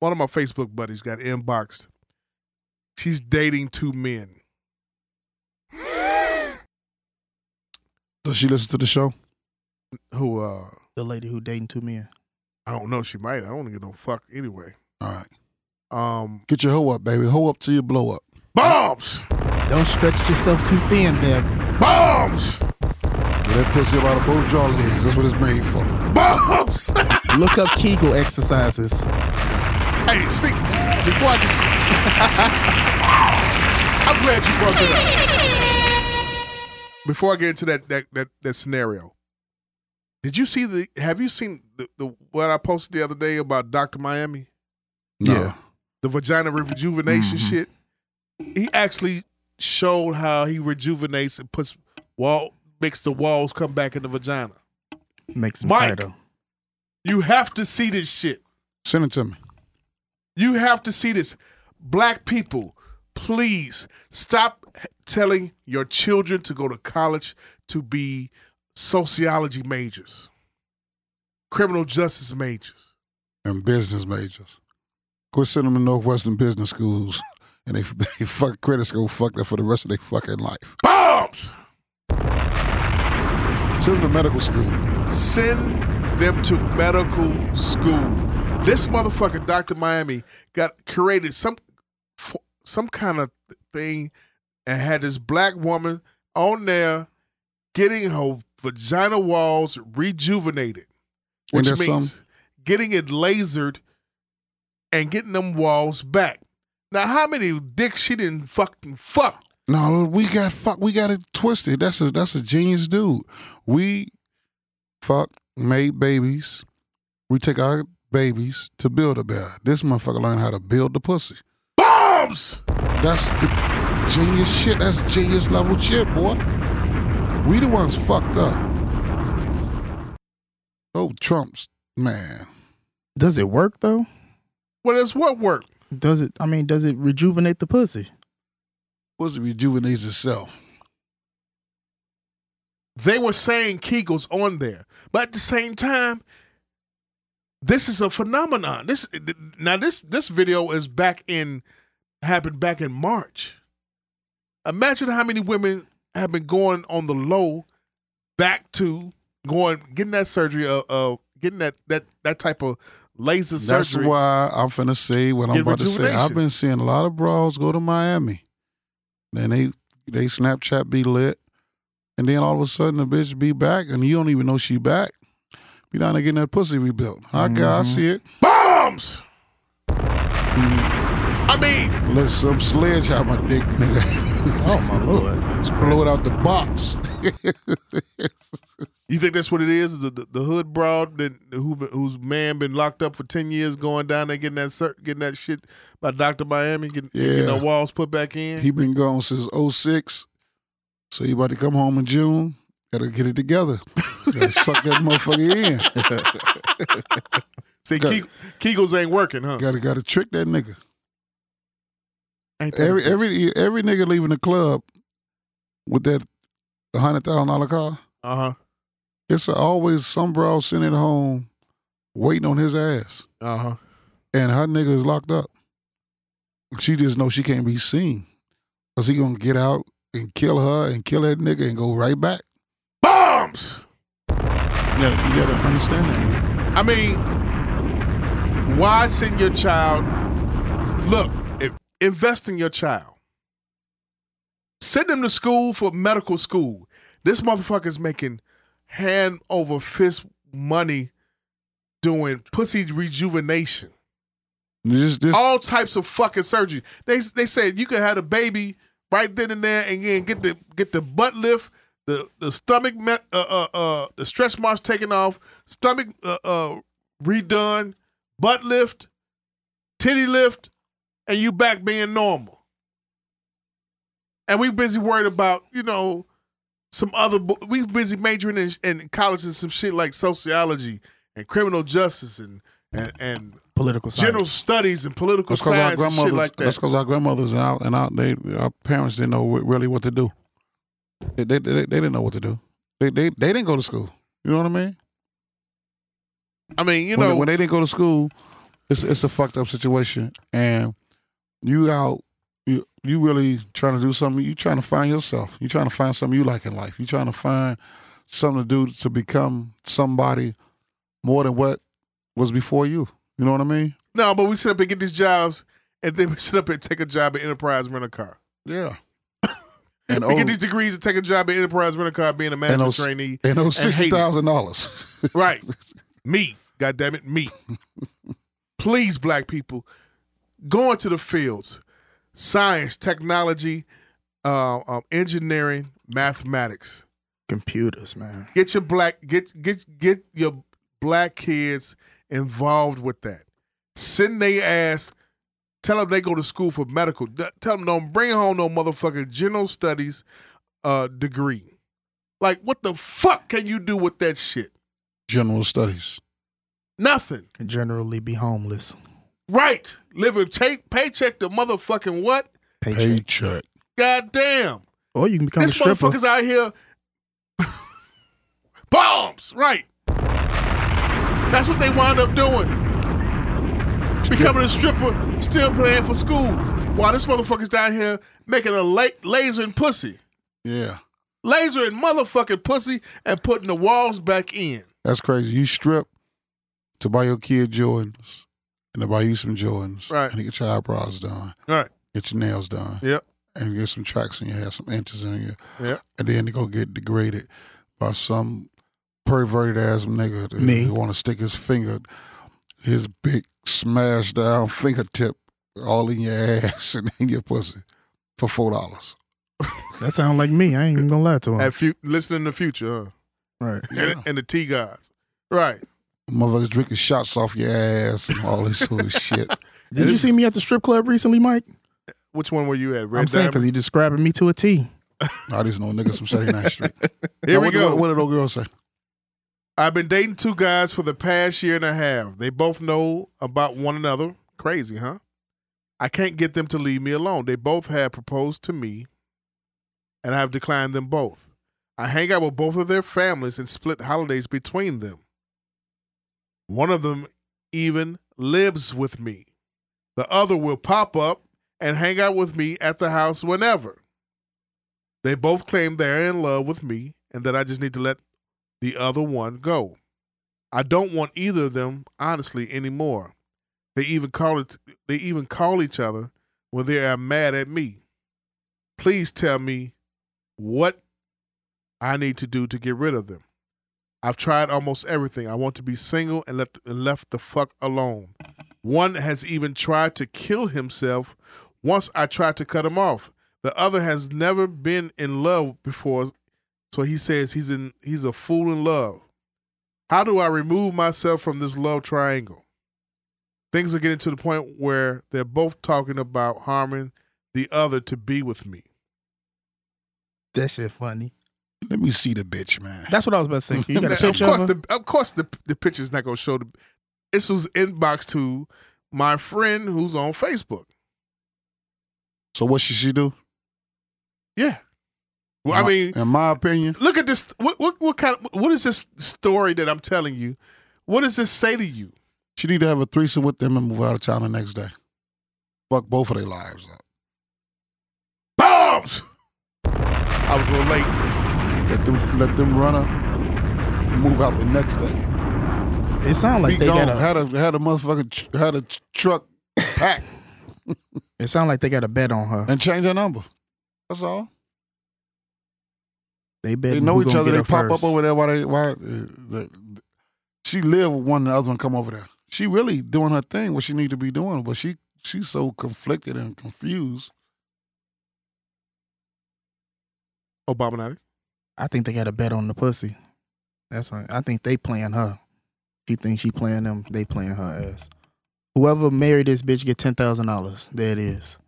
Speaker 5: one of my Facebook buddies got inboxed. She's dating two men.
Speaker 4: Does she listen to the show?
Speaker 5: Who? uh
Speaker 7: The lady who dating two men.
Speaker 5: I don't know. She might. I don't get no fuck anyway.
Speaker 4: All right.
Speaker 5: Um,
Speaker 4: Get your hoe up, baby. Hoe up till you blow up.
Speaker 5: bombs,
Speaker 7: Don't stretch yourself too thin, there.
Speaker 5: bombs,
Speaker 4: Get that pussy about a both draw legs. That's what it's made for.
Speaker 5: bombs.
Speaker 7: Look up Kegel exercises.
Speaker 5: Hey, speak before I. Get, [laughs] I'm glad you brought that up. Before I get into that that that, that scenario, did you see the? Have you seen the, the what I posted the other day about Doctor Miami,
Speaker 4: No.
Speaker 5: Yeah. the vagina rejuvenation shit? He actually showed how he rejuvenates and puts wall makes the walls come back in the vagina.
Speaker 7: Makes me
Speaker 5: Mike.
Speaker 7: tired. of-
Speaker 5: You have to see this shit.
Speaker 4: Send it to me.
Speaker 5: You have to see this. Black people, please stop telling your children to go to college to be sociology majors, criminal justice majors.
Speaker 4: And business majors. Quit sending them to Northwestern business schools. [laughs] And they, they fuck critics go fuck that for the rest of their fucking life.
Speaker 5: Bombs!
Speaker 4: Send them to medical school.
Speaker 5: Send them to medical school. This motherfucker, Dr. Miami, got created some f- some kind of thing and had this black woman on there getting her vagina walls rejuvenated.
Speaker 4: And
Speaker 5: Which
Speaker 4: there's
Speaker 5: means getting it lasered and getting them walls back. Now, how many dicks she didn't fucking fuck?
Speaker 4: No, we got fuck. We got it twisted. That's a that's a genius dude. We fuck made babies. We take our babies to build a bear. This motherfucker learned how to build the pussy.
Speaker 5: Bombs!
Speaker 4: That's the genius shit. That's genius level shit, boy. We the ones fucked up. Oh, Trump's man.
Speaker 7: Does it work though?
Speaker 5: Well, that's what worked.
Speaker 7: Does it? I mean, does it rejuvenate the pussy?
Speaker 4: Pussy rejuvenates itself.
Speaker 5: they were saying Kegel's on there, but at the same time, this is a phenomenon. This now this this video is back in happened back in March. Imagine how many women have been going on the low, back to going getting that surgery of, of getting that that that type of laser
Speaker 4: That's
Speaker 5: surgery.
Speaker 4: why I'm finna say what I'm
Speaker 5: Get
Speaker 4: about to say. I've
Speaker 5: rejuvenation.
Speaker 4: been seeing a lot of bras go to Miami. Then they they Snapchat be lit. And then all of a sudden the bitch be back and you don't even know she back. Be down there getting that pussy rebuilt. I got I see it.
Speaker 5: Mm-hmm. Bombs. I mean,
Speaker 4: Let some sledge have my dick, nigga. [laughs]
Speaker 7: Oh my lord!
Speaker 4: Blow it out the box.
Speaker 5: You think that's what it is? The the, the hood broad that who whose man been locked up for ten years, going down there getting that cert, getting that shit by Doctor Miami, getting, getting
Speaker 4: Yeah.
Speaker 5: the walls put back in.
Speaker 4: he been gone since 06. So you about to come home in June. Gotta get it together. Gotta suck that motherfucker in.
Speaker 5: See,
Speaker 4: got-
Speaker 5: Ke- Kegels ain't working, huh?
Speaker 4: Gotta gotta trick that nigga.
Speaker 5: Ain't that
Speaker 4: Every
Speaker 5: a bitch?
Speaker 4: every every nigga leaving the club with that hundred thousand dollar car,
Speaker 5: uh-huh,
Speaker 4: it's always some bro sitting at home waiting on his ass,
Speaker 5: uh-huh.
Speaker 4: and her nigga is locked up. She just knows she can't be seen, cause he gonna get out and kill her and kill that nigga and go right back.
Speaker 5: Bombs.
Speaker 4: You gotta, you gotta understand that. man.
Speaker 5: I mean, why send your child? Look, if, invest in your child. Send them to school for medical school. This motherfucker's making hand over fist money doing pussy rejuvenation.
Speaker 4: This this
Speaker 5: All types of fucking surgery. They they said you could have a baby right then and there and then get the get the butt lift, the the stomach me- uh, uh uh the stretch marks taken off, stomach uh, uh redone, butt lift, titty lift, and you back being normal. And we busy worried about you know some other bu- we busy majoring in, in college and some shit like sociology and criminal justice and and and
Speaker 7: Political science.
Speaker 5: general studies and political
Speaker 4: that's cause our
Speaker 5: science and shit
Speaker 4: grandmothers.
Speaker 5: like
Speaker 4: That's
Speaker 5: that.
Speaker 4: cause our grandmothers and our and our, they, our parents didn't know what- really what to do. They they, they, they didn't know what to do. They, they they didn't go to school. You know what I mean?
Speaker 5: I mean, you
Speaker 4: when,
Speaker 5: know,
Speaker 4: when they didn't go to school, it's it's a fucked up situation, and you out you you really trying to do something. You trying to find yourself. You trying to find something you like in life. You trying to find something to do to become somebody more than what was before you. You know what I mean?
Speaker 5: No, but we sit up and get these jobs, and then we [laughs] sit up and take a job at Enterprise Rent a Car.
Speaker 4: Yeah.
Speaker 5: [laughs] And we get these degrees and take a job at Enterprise Rent a Car, being a
Speaker 4: Oh. and
Speaker 5: management
Speaker 4: those
Speaker 5: trainee,
Speaker 4: and those
Speaker 5: hate
Speaker 4: sixty
Speaker 5: it.
Speaker 4: thousand dollars.
Speaker 5: Right. me. God damn it, me. Please, black people, go into the fields. Science, technology, uh, um, engineering, mathematics.
Speaker 7: Computers, man.
Speaker 5: Get your black get get get your black kids involved with that. Send they ass. Tell them they go to school for medical. D- Tell them don't bring home no motherfucking general studies uh, degree. Like what the fuck can you do with that shit?
Speaker 4: [laughs] General studies.
Speaker 5: Nothing.
Speaker 7: Can generally be homeless.
Speaker 5: Right. Living take paycheck to motherfucking what?
Speaker 4: Paycheck.
Speaker 5: God damn.
Speaker 7: Or you can become
Speaker 5: this
Speaker 7: a stripper.
Speaker 5: motherfucker's out here. [laughs] Bombs, right. That's what they wind up doing. Becoming a stripper, still playing for school. While this motherfucker's down here making a la- laser and pussy.
Speaker 4: Yeah.
Speaker 5: Laser and motherfucking pussy and putting the walls back in.
Speaker 4: That's crazy. You strip to buy your kid Jordans and to buy you some Jordans.
Speaker 5: Right.
Speaker 4: And to get your eyebrows done.
Speaker 5: Right.
Speaker 4: Get your nails done.
Speaker 5: Yep.
Speaker 4: And get some tracks in your hair, some inches in your
Speaker 5: Yep.
Speaker 4: and then to go get degraded by some perverted ass nigga that-
Speaker 7: Me.
Speaker 4: who wanna stick his finger his big smashed down fingertip all in your [laughs] ass and in your pussy for four dollars.
Speaker 7: That sounds like me. I ain't even gonna lie to him.
Speaker 5: At fu- listen in the future, huh?
Speaker 7: right.
Speaker 5: And, and the T guys. Right.
Speaker 4: Motherfuckers drinking shots off your ass and all this
Speaker 5: [laughs]
Speaker 4: sort of shit.
Speaker 7: Did you see me at the strip club recently, Mike?
Speaker 5: Which one were you at? Red
Speaker 7: I'm saying
Speaker 5: Diamond?
Speaker 7: because you describing me to a T.
Speaker 4: I just know niggas from 79th Street.
Speaker 5: [laughs] Here
Speaker 4: Now,
Speaker 5: we
Speaker 4: what,
Speaker 5: go.
Speaker 4: What, what did old girl say?
Speaker 5: I've been dating two guys for the past year and a half. They both know about one another. Crazy, huh? I can't get them to leave me alone. They both have proposed to me, and I have declined them both. I hang out with both of their families and split holidays between them. One of them even lives with me. The other will pop up and hang out with me at the house whenever. They both claim they're in love with me and that I just need to let the other one go. I don't want either of them honestly anymore. They even call it they even call each other when they are mad at me. Please tell me what I need to do to get rid of them. I've tried almost everything. I want to be single and left and left the fuck alone. One has even tried to kill himself once I tried to cut him off. The other has never been in love before so he says he's in he's a fool in love. How do I remove myself from this love triangle? Things are getting to the point where they're both talking about harming the other to be with me.
Speaker 7: That shit funny.
Speaker 4: Let me see the bitch, man.
Speaker 7: That's what I was about to say.
Speaker 5: [laughs]
Speaker 7: You got a
Speaker 5: Now,
Speaker 7: picture
Speaker 5: of
Speaker 7: of
Speaker 5: course,
Speaker 7: her?
Speaker 5: the, of course the, the picture's not going to show the. This was inbox to my friend who's on Facebook.
Speaker 4: So what should she do?
Speaker 5: Yeah. Well, I
Speaker 4: My-
Speaker 5: mean,
Speaker 4: in my opinion,
Speaker 5: look at this. What, what what kind? Of, what is this story that I'm telling you? What does this say to you?
Speaker 4: she need to have a threesome with them and move out of town the next day. Fuck both of their lives up.
Speaker 5: Bombs. I was a little late.
Speaker 4: Let them let them run up, move out the next day.
Speaker 7: It sounds like
Speaker 4: Be
Speaker 7: they
Speaker 4: gone.
Speaker 7: got a.
Speaker 4: had a had a motherfucking tr- had a tr- truck packed
Speaker 7: It sounds like they got a bet on her.
Speaker 4: and change her number. That's all.
Speaker 7: They bet.
Speaker 4: They know each other. They pop up over there. Why they why? uh, the- the- she live with one and the other one come over there. She really doing her thing, what she need to be doing, but she she's so conflicted and confused.
Speaker 5: Obaminati.
Speaker 7: I think they got a bet on the pussy. That's right. I think they playing her. She thinks she playing them. They playing her ass. Whoever married this bitch get ten thousand dollars. There
Speaker 4: [laughs]
Speaker 7: it is.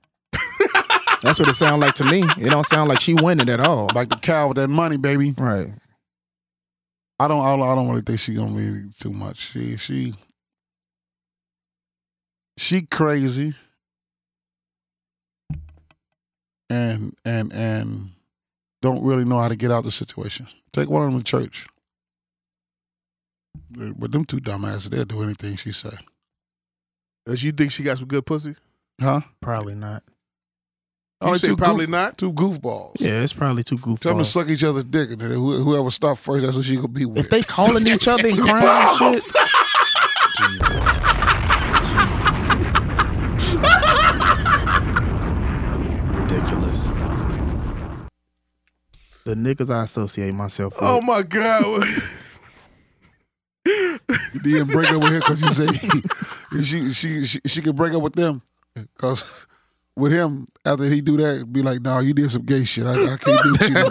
Speaker 7: That's what it sound like to me. It don't sound like she winning at all.
Speaker 4: Like the cow with that money, baby.
Speaker 7: Right.
Speaker 4: I don't. I don't, I don't really think she gonna be too much. She she she crazy, and and and don't really know how to get out the situation. Take one of them to church. But them two dumbasses, they'll do anything she say.
Speaker 5: Does you think she got some good pussy?
Speaker 4: Huh?
Speaker 7: Probably not.
Speaker 5: You
Speaker 4: Only
Speaker 5: said
Speaker 4: two
Speaker 5: probably
Speaker 4: goof-
Speaker 5: not.
Speaker 4: Two goofballs.
Speaker 7: Yeah, it's probably too goofy.
Speaker 4: Tell them to suck each other's dick, and then who- whoever stopped first, that's who she gonna be with.
Speaker 7: If they calling each other and crying
Speaker 5: [laughs]
Speaker 7: and shit. Ridiculous. The niggas I associate myself with.
Speaker 5: Oh my god!
Speaker 4: You didn't break up with him because you say [laughs] she, she she she could break up with them because with him after he do that be like, nah, you did some gay shit. I, I can't do with you. no more."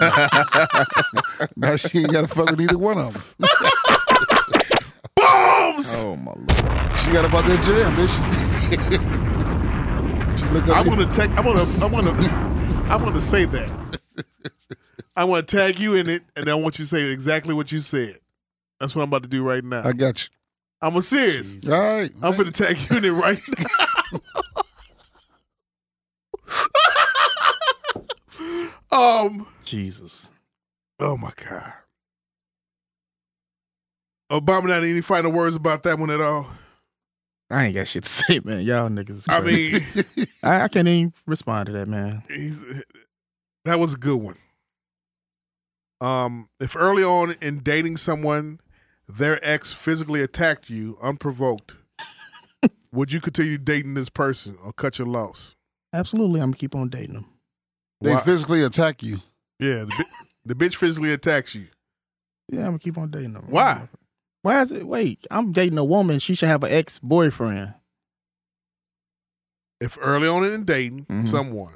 Speaker 4: [laughs] now she ain't got to fuck with either one of [laughs] them.
Speaker 5: Bombs.
Speaker 13: Oh my lord.
Speaker 4: She got about that jam, did she? she look
Speaker 5: I'm
Speaker 4: up.
Speaker 5: gonna tag. I'm gonna. I'm [laughs] gonna. I'm gonna say that. I want to tag you in it, and I want you to say exactly what you said. That's what I'm about to do right now.
Speaker 4: I got you.
Speaker 5: I'm a serious.
Speaker 4: All right.
Speaker 5: I'm gonna tag you in it right now. [laughs] um.
Speaker 7: Jesus.
Speaker 5: Oh my god. Obama, not any final words about that one at all.
Speaker 7: I ain't got shit to [laughs] say, man. Y'all niggas. is [laughs]
Speaker 5: I
Speaker 7: crazy.
Speaker 5: mean,
Speaker 7: I, I can't even respond to that, man.
Speaker 5: he's, that was a good one. Um, if early on in dating someone, their ex physically attacked you unprovoked, would you continue dating this person or cut your loss?
Speaker 7: Absolutely, I'm gonna keep on dating them.
Speaker 4: They
Speaker 5: Why-
Speaker 4: physically attack you.
Speaker 5: Yeah, the, bi- the bitch physically attacks you.
Speaker 7: Yeah, I'm gonna keep on dating them.
Speaker 5: Why?
Speaker 7: Why is it? Wait, I'm dating a woman. She should have an ex boyfriend.
Speaker 5: If early on in dating
Speaker 4: Mm-hmm.
Speaker 5: someone,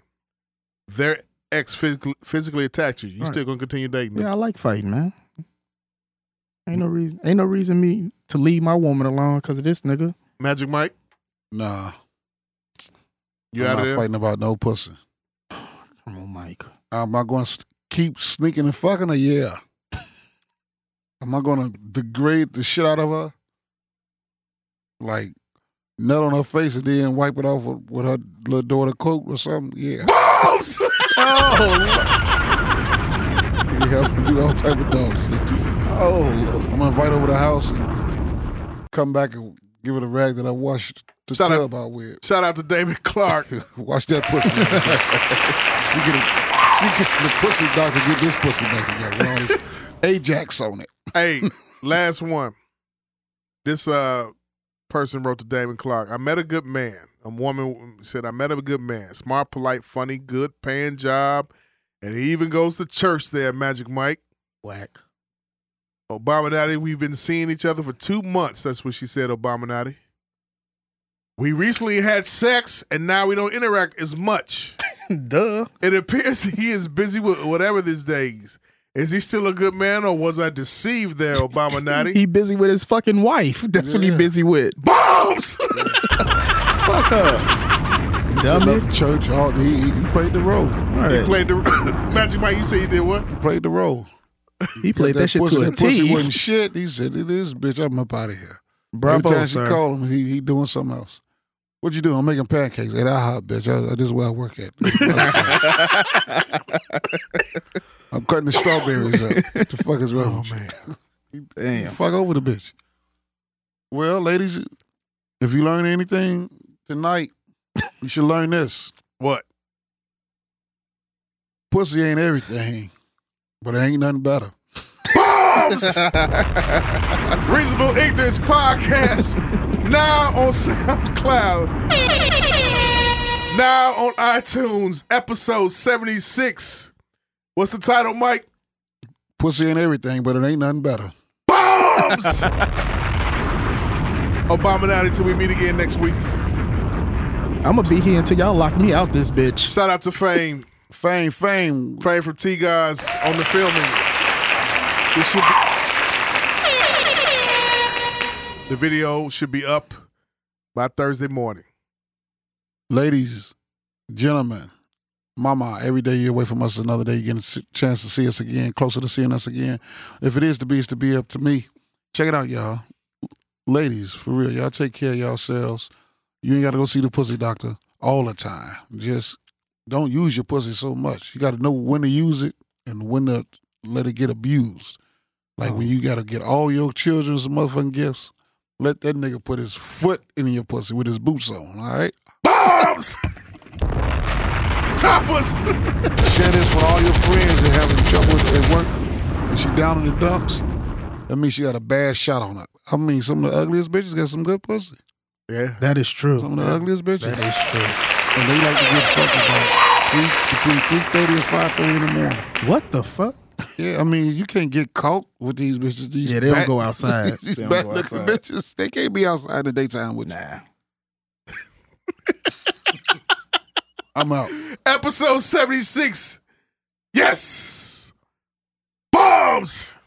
Speaker 5: their ex physically, physically attacked you, you
Speaker 7: Right.
Speaker 5: still gonna continue dating? them?
Speaker 7: Yeah, I like fighting, man. Ain't no reason. Ain't no reason me to leave my woman alone because of this nigga.
Speaker 5: Magic Mike,
Speaker 4: Nah,
Speaker 5: you
Speaker 4: I'm
Speaker 5: out
Speaker 4: not
Speaker 5: of [laughs] there?
Speaker 4: fighting about no pussy.
Speaker 7: Come on, Mike.
Speaker 4: Am I going to keep sneaking and fucking her? Yeah. Am I going to degrade the shit out of her? Like, nut on her face and then wipe it off with, with her little daughter coat or something? Yeah.
Speaker 5: Bombs!
Speaker 7: Oh,
Speaker 4: You have to do all type of dog shit.
Speaker 7: oh,
Speaker 4: I'm going to invite her over the house and come back and give her the rag that I washed the
Speaker 5: Shout out-
Speaker 4: tub out with. [laughs]
Speaker 5: Shout out to David Clark.
Speaker 4: Watch that pussy. she get a, she get the pussy doctor get this pussy back together with all this Ajax on it.
Speaker 5: hey, last one. This uh person wrote to David Clark. I met a good man. A woman said, I met a good man. Smart, polite, funny, good, paying job. And he even goes to church there, Magic Mike.
Speaker 7: whack.
Speaker 5: Obaminati, we've been seeing each other for two months. That's what she said, Obaminati. We recently had sex and now we don't interact as much.
Speaker 7: [laughs] Duh.
Speaker 5: It appears [laughs] he is busy with whatever these days. Is he still a good man or was I deceived there, Obaminati?
Speaker 7: He busy with his fucking wife. That's what he busy with.
Speaker 5: bombs.
Speaker 7: [laughs] Fuck her, dummy.
Speaker 4: Left church. All he, he he played the role.
Speaker 7: All right.
Speaker 5: He played the Magic Mike. You say you did what?
Speaker 4: He played the role.
Speaker 7: He played that, shit
Speaker 4: pussy,
Speaker 7: to a
Speaker 4: that pussy
Speaker 7: T.
Speaker 4: wasn't shit. He said, "It is, bitch. I'm up out of here." Every
Speaker 7: Bravo,
Speaker 4: time
Speaker 7: sir.
Speaker 4: she called him, he he doing something else. What you doing? I'm making pancakes at IHOP, bitch. I, I, this is where I work at.
Speaker 7: [laughs]
Speaker 4: I'm cutting the strawberries up. What the fuck is
Speaker 7: Oh,
Speaker 4: wrong? with you? [laughs]
Speaker 13: Damn.
Speaker 4: Fuck over the bitch. Well, ladies, if you learn anything tonight, you should learn this.
Speaker 5: What?
Speaker 4: Pussy ain't everything, but it ain't nothing better. [laughs]
Speaker 5: Bombs! Reasonable Ignorance Podcast
Speaker 4: [laughs]
Speaker 5: now on SoundCloud, now on iTunes, episode 76. What's the title, Mike?
Speaker 4: Pussy ain't everything, but it ain't nothing better.
Speaker 5: Bombs! Obaminati till we meet again next week.
Speaker 7: I'm gonna be here until y'all lock me out this bitch.
Speaker 5: Shout out to Fame.
Speaker 4: Fame, fame.
Speaker 5: Fame from T Guys on the filming. This should be, the video should be up by Thursday morning.
Speaker 4: Ladies, gentlemen, mama, every day you're away from us is another day. You get a s- chance to see us again, closer to seeing us again. If it is to be, it's to be up to me. Check it out, y'all. Ladies, for real, y'all take care of yourselves. You ain't got to go see the pussy doctor all the time. Just don't use your pussy so much. You got to know when to use it and when to let it get abused. Like when you got to get all your children's motherfucking gifts, Let that nigga put his foot in your pussy with his boots on, all right?
Speaker 5: Bombs! Toppers!
Speaker 4: Share this with all your friends that having trouble at work and she down in the dumps. That means she got a bad shot on her. I mean, some of the ugliest bitches got some good pussy.
Speaker 5: Yeah.
Speaker 7: That is true.
Speaker 4: Some of the ugliest bitches.
Speaker 7: That is true.
Speaker 4: And they like to get fucked about three, between 3.30 and 5.30 in the morning.
Speaker 7: What the fuck?
Speaker 4: Yeah, I mean, you can't get caught with these bitches. These
Speaker 7: Yeah, they don't
Speaker 4: bat- [laughs]
Speaker 7: go outside.
Speaker 4: these
Speaker 7: They don't
Speaker 4: bad
Speaker 7: go
Speaker 4: looking
Speaker 7: outside.
Speaker 4: bitches, they can't be outside in the daytime with Nah. [laughs] I'm out.
Speaker 5: Episode 76. Yes! Bombs!